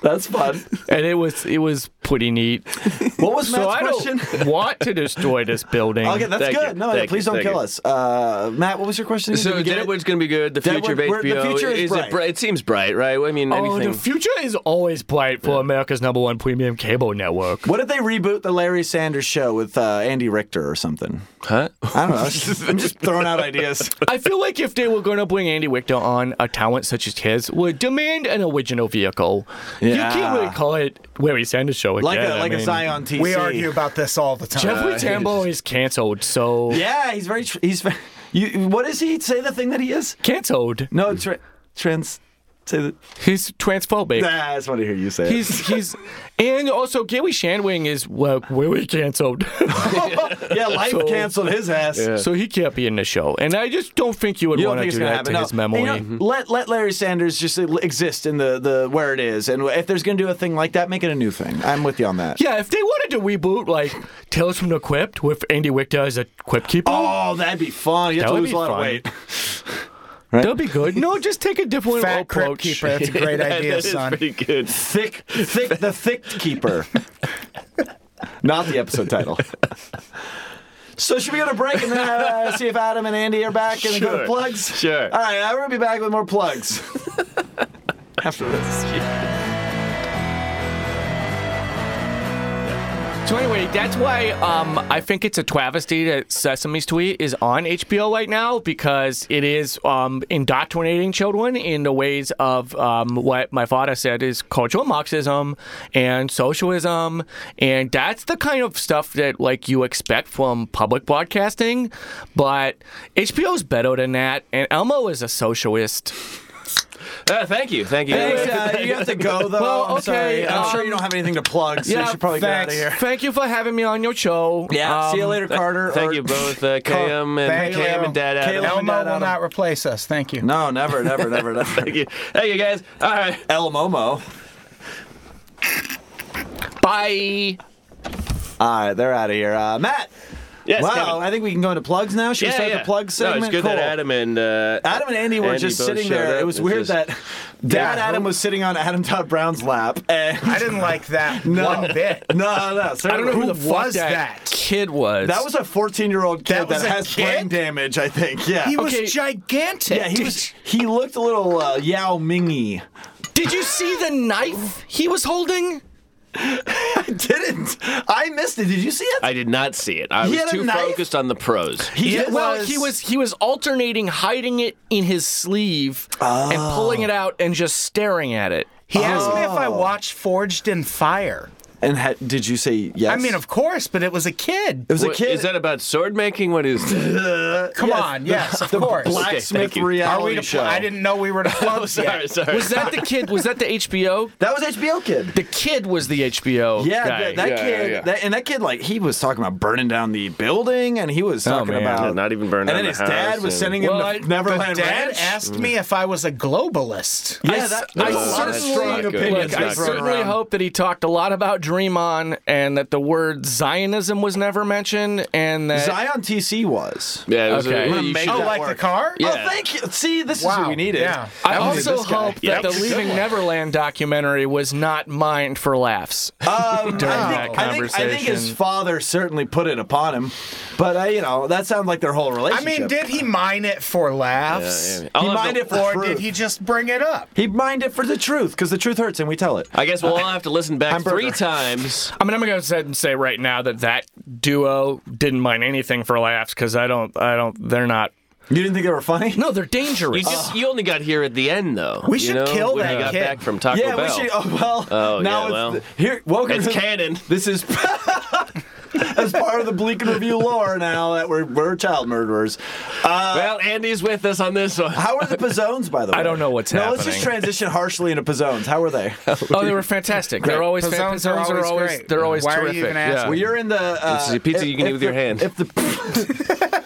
That's fun. and it was it was pretty neat. <laughs> What was so I Matt's question? don't <laughs> want to destroy this building. Okay, that's Thank good. you. No, Thank please you. don't Thank kill you. us. Uh, Matt, what was your question? Did So we get it? Deadwood's going to be good. The future Deadwood- of we're- the HBO. future is bright. It, bright? it seems bright, right? I mean, Oh, anything. the future is always bright for America's number one premium cable <laughs> network. What if they reboot the Larry Sanders show with uh, Andy Richter or something? huh? I <laughs> don't know. I'm just, I'm just throwing out <laughs> ideas. I feel like if they were going to bring Andy Richter on, a talent such as his would demand an original vehicle. You Yeah. can't really call it Larry Sanders Show again. Like a I like a mean- Zion TC. We argue about this all the time. Jeffrey <laughs> Tambor is canceled, so Yeah, he's very. Tr- he's. Very, you. What does he say? The thing that he is? canceled. No, tra- trans. Say that. He's transphobic. Nah, I just want to hear you say it. He's he's, and also Gary Shandwing is well, really canceled, <laughs> Yeah, life So- canceled his ass. so he can't be in the show. And I just don't think you would You don't want think it's to do gonna that happen? to No. his And, you memory. Mm-hmm. know, let let Larry Sanders just exist in the, the where it is, and if there's gonna do a thing like that, make it a new thing. I'm with you on that. Yeah, if they wanted to reboot like Tales from the Crypt with Andy Richter as a Crypt keeper, Oh, that'd be fun. You have That to would lose be a lot of fun. weight. that'd be good. No, just take a different Fat Crypt approach. <laughs> <laughs> Keeper. That's a great idea, That is son. pretty good. Thick, thick, the thick keeper. Not the episode title. So should we go to break and then uh, see if Adam and Andy are back and go to Sure. plugs? Sure. All right, I'm gonna be back with more plugs after this. So anyway, that's why um, I think it's a travesty that Sesame's tweet is on HBO right now because it is um, indoctrinating children in the ways of um, what my father said is cultural Marxism and socialism, and that's the kind of stuff that like you expect from public broadcasting. But HBO's better than that, and Elmo is a socialist. Uh, thank you, thank you. uh, you have to go though. Well, I'm sorry. okay, I'm sure um, you don't have anything to plug, so you should probably thanks. get out of here. Thank you for having me on your show. Yeah. Um, See you later, Carter. Thank or- you both, uh, KM and Thank you. KM and Dad Adam. Caleb. Elmo Dad will Adam. not replace us. Thank you. No, never, never, <laughs> never, never. Thank you, thank you guys. All right. El Momo. Bye. All right, they're out of here. Uh, Matt. Yes, wow, Kevin. I think we can go into plugs now. Should we start the plug segment? No, it's good cool. that Adam and uh, Adam and Andy were Andy just both sitting showed there. up. It was It's weird just- that Dad Yeah. Adam was sitting on Adam Todd Brown's lap. And uh, I didn't like <laughs> that one bit. no, no, I don't know who, the fuck was that? kid was. That was a 14 year old That kid was that a has kid? brain damage, I think. Yeah. He was Okay. gigantic. yeah, he was. He looked a little uh, Yao Mingy. Did you see the knife he was holding? I didn't. I missed it. Did you see it? I did not see it. I He was had a too knife? focused on the pros. he Yeah, did- well, he was he was alternating hiding it in his sleeve and Ah. pulling it out and just staring at it. He asked me if Oh. I watched Forged in Fire. And ha- did you say yes? I mean, of course, but it was a kid. it was a What- kid. Is that about sword making? What is that? Come on, yes, <laughs> of the course. blacksmith you. Are reality we to show? Oh, pl- I didn't know we were <laughs> to plug sorry, yet. sorry. Was that the kid? Was that the HBO? That was HBO kid. The kid was the HBO Yeah, guy. that, that kid, That, and that kid, like he was talking about burning down the building, and he was talking man. about Yeah, not even burn And then down the his dad house was and- sending him Well, to I- The Neverland dad Ranch. Oh, asked me if I was a globalist. yeah, I that, s- that's I a lot of certainly- strong Look, opinions. look, I being thrown certainly around. hope that he talked a lot about Dream On and that the word Zionism was never mentioned and that Zion TC was. Yeah, it was Okay. a, Wanna you Oh, should- like the car? Yeah. Oh, thank you. See, this is Wow. what we needed. Yeah. I That was also this guy. hope that Yep. the Leaving Neverland documentary was not mined for laughs. Um, I, think, that I, think, I think his conversation. father certainly put it upon him, but I, you know that sounds like their whole I relationship. mean, did he mine it for laughs? yeah, yeah. I'll he have mined to- it for Or truth. did he just bring it up? He mined it for the truth because the truth hurts, and we tell it. I guess we'll all have to listen back Uh, Hamburger. three times. I mean, I'm gonna go ahead and say right now that that duo didn't mind anything for laughs because I don't, I don't, they're not. You didn't think they were funny? No, they're dangerous. You just you only got here at the end though. We you should know, kill when that you got kid. back from Taco Yeah, Bell. we should. Oh well. Oh, now yeah, it's, well. here. Welcome. <laughs> It's to- canon. This is <laughs> as part of the Bleak and Review lore now that we're we're child murderers. Uh, Well, Andy's with us on this <laughs> one. how are the Pizzones, by the way? don't know what's No, let's just happening. transition harshly into Pizzones. How are <laughs> they? oh, they were fantastic. They're always Pizzones are fantastic. always great. they're always Why are you terrific. even asking? Well, you're in the. Uh, It's a pizza you can eat with the- your hand. If the. <laughs>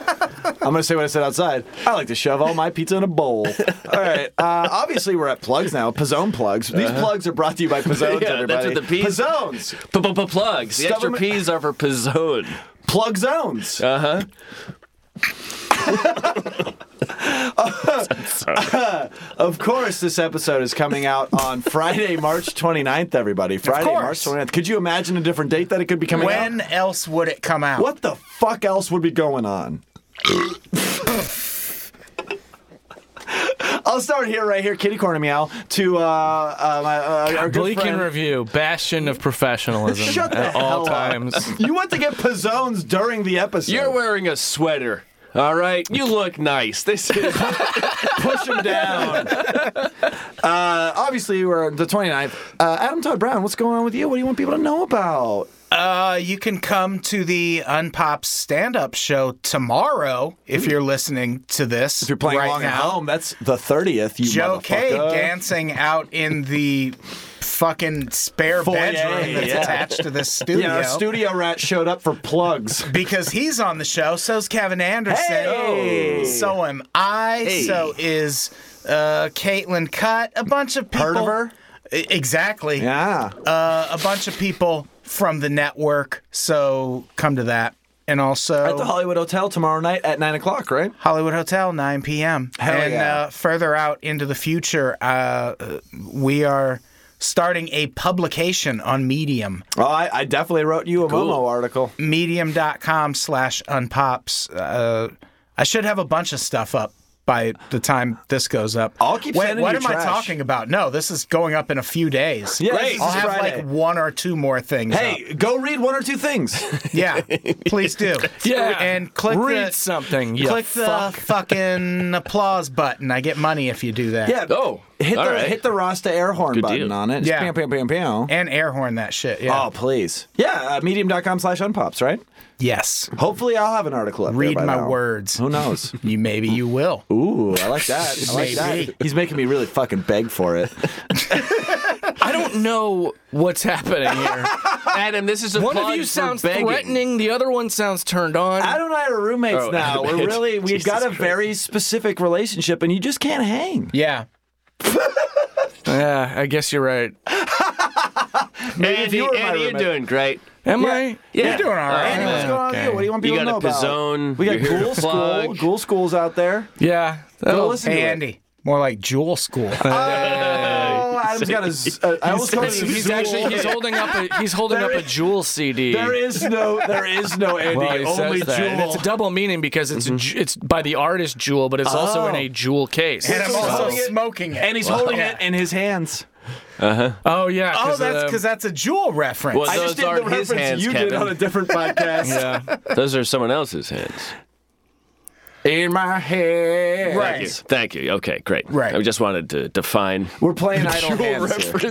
I'm gonna say what I said outside. I like to shove all my pizza in <laughs> a bowl. All right. Uh, obviously, we're at plugs now. Pizzone plugs. These plugs are brought to you by Pizzones. Uh-huh. <laughs> Yeah, everybody. that's what the P's- Pizzones. Plugs. The Stub extra them- P's are for pizzone. Plug zones. Uh huh. <laughs> Of course, this episode is coming out on Friday, March 29th, everybody. Friday, March course. 29th. Could you imagine a different date that it could be coming out? When else would it come out? What the fuck else would be going on? <laughs> I'll start here, right here, kitty corner meow, to uh, uh, my, uh, our good Bleak friend. and review, bastion of professionalism Shut the at hell all up. times. You want to get pizzones during the episode. You're wearing a sweater. All right, you look nice. This is <laughs> push him down. uh, obviously, we're on the 29th. Uh, Adam Todd Brown, what's going on with you? What do you want people to know about? Uh, you can come to the Unpop stand up show tomorrow if you're listening to this. If you're playing right along now. at home, that's the 30th, you Joe K motherfucker. dancing out in the fucking spare Foyer, bedroom that's yeah. attached to <laughs> this studio. Yeah, our studio rat showed up for <laughs> plugs. because he's on the show. So's Kevin Anderson. Oh. Hey! So am I. So is uh, Caitlin Cutt. A bunch of people. Heard of her? E- Exactly. Yeah. Uh, a bunch of people from the network. So come to that. And also At the Hollywood Hotel tomorrow night at 9 o'clock, right? Hollywood Hotel, 9 p.m. Hell and yeah. uh, further out into the future, uh, uh, we are starting a publication on Medium. Oh, I, I definitely wrote you a Momo article. Medium.com slash unpops. Uh, I should have a bunch of stuff up by the time this goes up. I'll keep Wait, sending what you am I trash. talking about? No, this is going up in a few days. Yeah, this is I'll have Friday. like one or two more things. Hey, go read one or two <laughs> things. up. yeah, <laughs> please do. Yeah. and click Read the, something. You Click fuck. the fucking applause button. I get money if you do that. Yeah. Oh, Hit the all right. hit the Rasta air horn Good button deal. on it. Just Yeah. Pam, pam, pam, pam. and air horn that shit. Yeah. Oh, please. Yeah, uh, medium.com slash unpops, right? Yes. Hopefully, I'll have an article up there Read by my now. words. Who <laughs> knows? You maybe you will. Ooh, I like that. I like that. Maybe. He's making me really fucking beg for it. I don't know what's happening here. Adam, this is a One plug of you for sounds begging. threatening. The other one sounds turned <laughs> on. Adam and I are roommates Oh, now. Adam, We're really we've <laughs> Jesus got a Christ. very specific relationship, and you just can't hang. Yeah. yeah, I guess you're right. Andy, if you were my Andy, you're roommate. doing great. Am I? Yeah. You're doing all right. Andy, what's going on with you? What do you want You people got to know a Pizzone. about? We got You're here to ghoul school. plug. Ghoul school's out there. Yeah. Oh, Go that'll- listen to Hey, it. Andy. More like <laughs> Jewel School. Oh, Adam's got a. z- uh, I almost called it a He's zool. actually he's holding up a he's holding up a Jewel CD. There is no, there is no Andy. Well, he says only that. And Jewel. Mm-hmm. it's a double meaning because it's a ju- it's by the artist Jewel, but it's also Oh. in a Jewel case. and I'm he's also holding it- smoking it. and he's holding it in his hands. oh yeah. oh, 'cause of that's the- because that's a Jewel reference. Well, I those just did the aren't his reference hands, you Kevin. did on <laughs> a different podcast. yeah. Those are someone else's hands. In my head. Right. Thank you. Thank you. Okay, great. Right. I just wanted to define. We're playing <laughs> idle Jewel hands <laughs> here.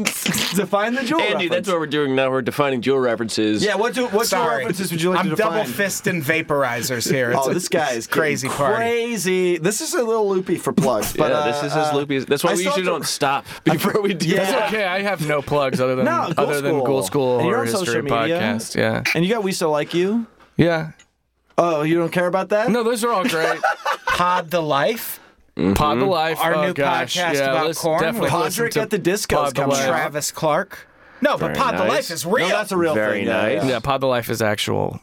Define the jewel Andy, reference. that's what we're doing now. We're defining dual references. yeah, what do what jewel Sorry. references would you like I'm to define? double fisting <laughs> vaporizers here. It's Oh, a this guy is getting crazy party. Crazy. This is a little loopy for plugs, but yeah, uh, this is as uh, loopy. as- That's why I we saw usually the- don't stop before we do. Yeah. that. It's okay. I have no plugs other than No, Ghoul other than School. Ghoul School And you're Horror on social History media. Podcast. Yeah. <laughs> And you got we so like you. Yeah. Oh, you don't care about that? No, those are all great. Mm-hmm. Pod the life. Pod the Life. Our oh, new gosh. podcast yeah, about listen- corn Definitely with listen Podrick to at the Disco's Pod the coming Life. out. Travis Clark. No, Very but Pod the nice. life is real. No, that's a real Very thing. yeah, nice. yeah. Yeah, Pod the Life is actual,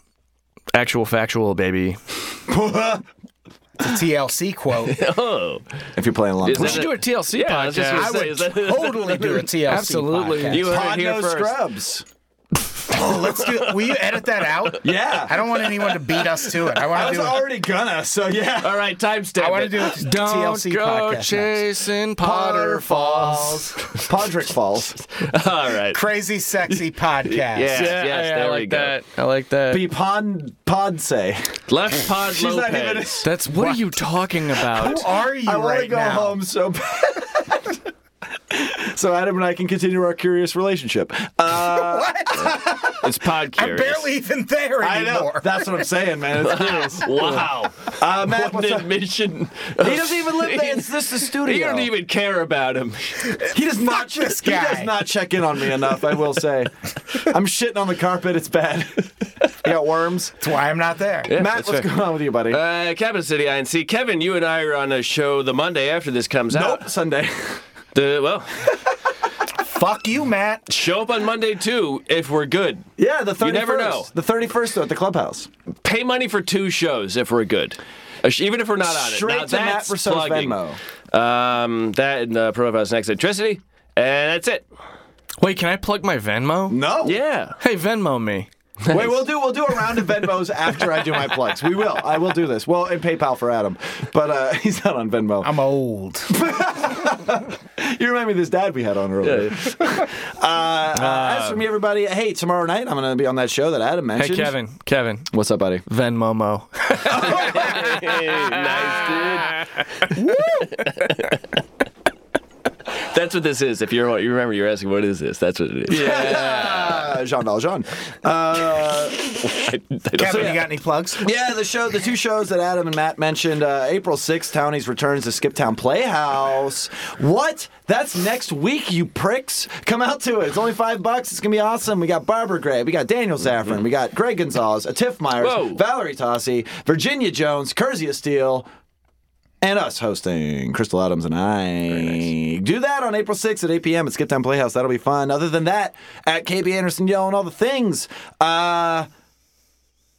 actual factual, baby. TLC quote. Oh, If you're playing along. Is We that should a- do a TLC yeah. I was just podcast. gonna say, is that- is that- totally do a TLC Absolutely. podcast. You heard it Pod here no first. <laughs> scrubs. Oh, let's do. Will you edit that out? Yeah. I don't want anyone to beat us to it. I I want was to do. it. already gonna, so yeah. All right, timestamp. I want to it. do a Don't TLC go podcast. next. chasing Potter Falls. Podrick Falls. All right. Crazy sexy podcast. Yeah. Yes, yes, I, I there we like go. that. I like that. Be Pod Pod say. Left pod She's not Lopez. even- That's what, are you talking about? Who are you I want right to go now? home so bad. <laughs> so Adam and I can continue our curious relationship. Uh, It's <laughs> pod I'm curious. barely even there I know. <laughs> anymore. That's what I'm saying, man. <laughs> It's curious. Wow. Uh, Matt, What what's an up? admission. He doesn't even live there. It's just the studio. You don't even care about him. He does not. this He guy. does not check in on me enough. I will say, I'm shitting on the carpet. It's bad. <laughs> I got worms. That's why I'm not there. Matt, what's going on with you, buddy? <laughs> Uh, Cabin City INC. Kevin, you and I are on a show the Monday after this comes nope. out. Sunday. <laughs> The, well, Fuck you, Matt. show up on Monday too if we're good. Yeah, the 31st. You never know. The 31st though, at the clubhouse. Pay money for two shows if we're good. Uh, sh- Even if we're not on it. Straight Now to Matt that's Rousseau's plugging. Venmo. Um, that and uh, Profiles Next Electricity. And that's it. Wait, can I plug my Venmo? <laughs> No. Yeah. Hey, Venmo me. Wait, we'll do we'll do a round of Venmos after I do my plugs. We will. I will do this. Well, and PayPal for Adam, but uh, <laughs> he's not on Venmo. <laughs> I'm old. you remind me of this dad we had on earlier. <laughs> Uh, uh, as for me, everybody, hey, tomorrow night I'm going to be on that show that Adam Hey, mentioned. Kevin. Kevin. What's up, buddy? Venmo mo. nice, dude. That's what this is. If you're you remember, you're asking what is this? That's what it is. <laughs> Yeah. Uh, Jean Valjean. Uh, Kevin, you got any plugs? yeah, the show, the two shows that Adam and Matt mentioned. Uh, April 6th, Townies returns to Skiptown Playhouse. What? That's next week, you pricks. Come out to it. It's only five bucks. It's going to be awesome. We got Barbara Gray. We got Daniel Mm-hmm. Zaffron. We got Greg Gonzalez, Tiff Myers, Whoa. Valerie Tossi, Virginia Jones, Curzia Steele, and us hosting Crystal Adams and I. Do that on April 6th at 8 p.m. at Skiptown Playhouse. That'll be fun. Other than that, at KB Anderson yelling all the things. Uh,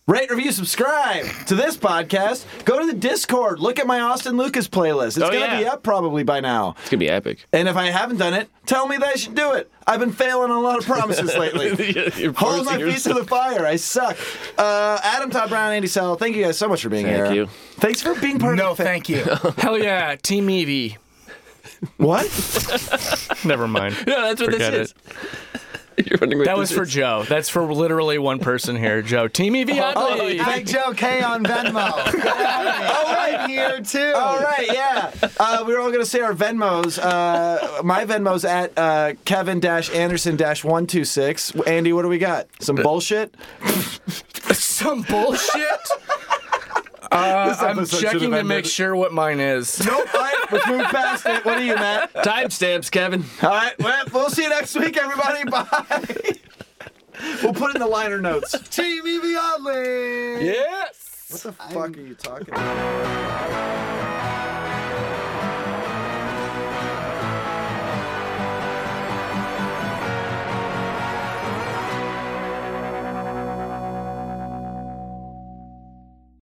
Rate, review, subscribe to this podcast. Go to the Discord. Look at my Austin Lucas playlist. It's Oh, going to yeah. be up probably by now. It's gonna be epic. And if I haven't done it, tell me that I should do it. I've been failing on a lot of promises lately. <laughs> You're Hold my forcing <laughs> feet yourself. to the fire. I suck. Uh, Adam Todd Brown, Andy Sell, thank you guys so much for being here. Thank you. Thanks for being part No, of the <laughs> thank you. Hell yeah, Team Evie. What? Never mind. <laughs> No, that's what Forget this is. <laughs> You're wondering what That this was for is. Joe. That's for literally one person here, Joe. Team Evie. Oddly. Big Joe K <laughs> on Venmo. oh, right here too. All right, yeah. Uh, we were all going to say our Venmos. Uh, my Venmo's at uh, Kevin Anderson 126. Andy, what do we got? Some bullshit? <laughs> Some bullshit. Uh, I'm episode should have checking to make ended. sure what mine is. Nope. All right, let's move past it. What are you, Matt? timestamps, Kevin. All right, well, we'll see you next week, everybody. <laughs> Bye. We'll put it in the liner notes. Team Evie Oddly. Yes. What the fuck are you talking about?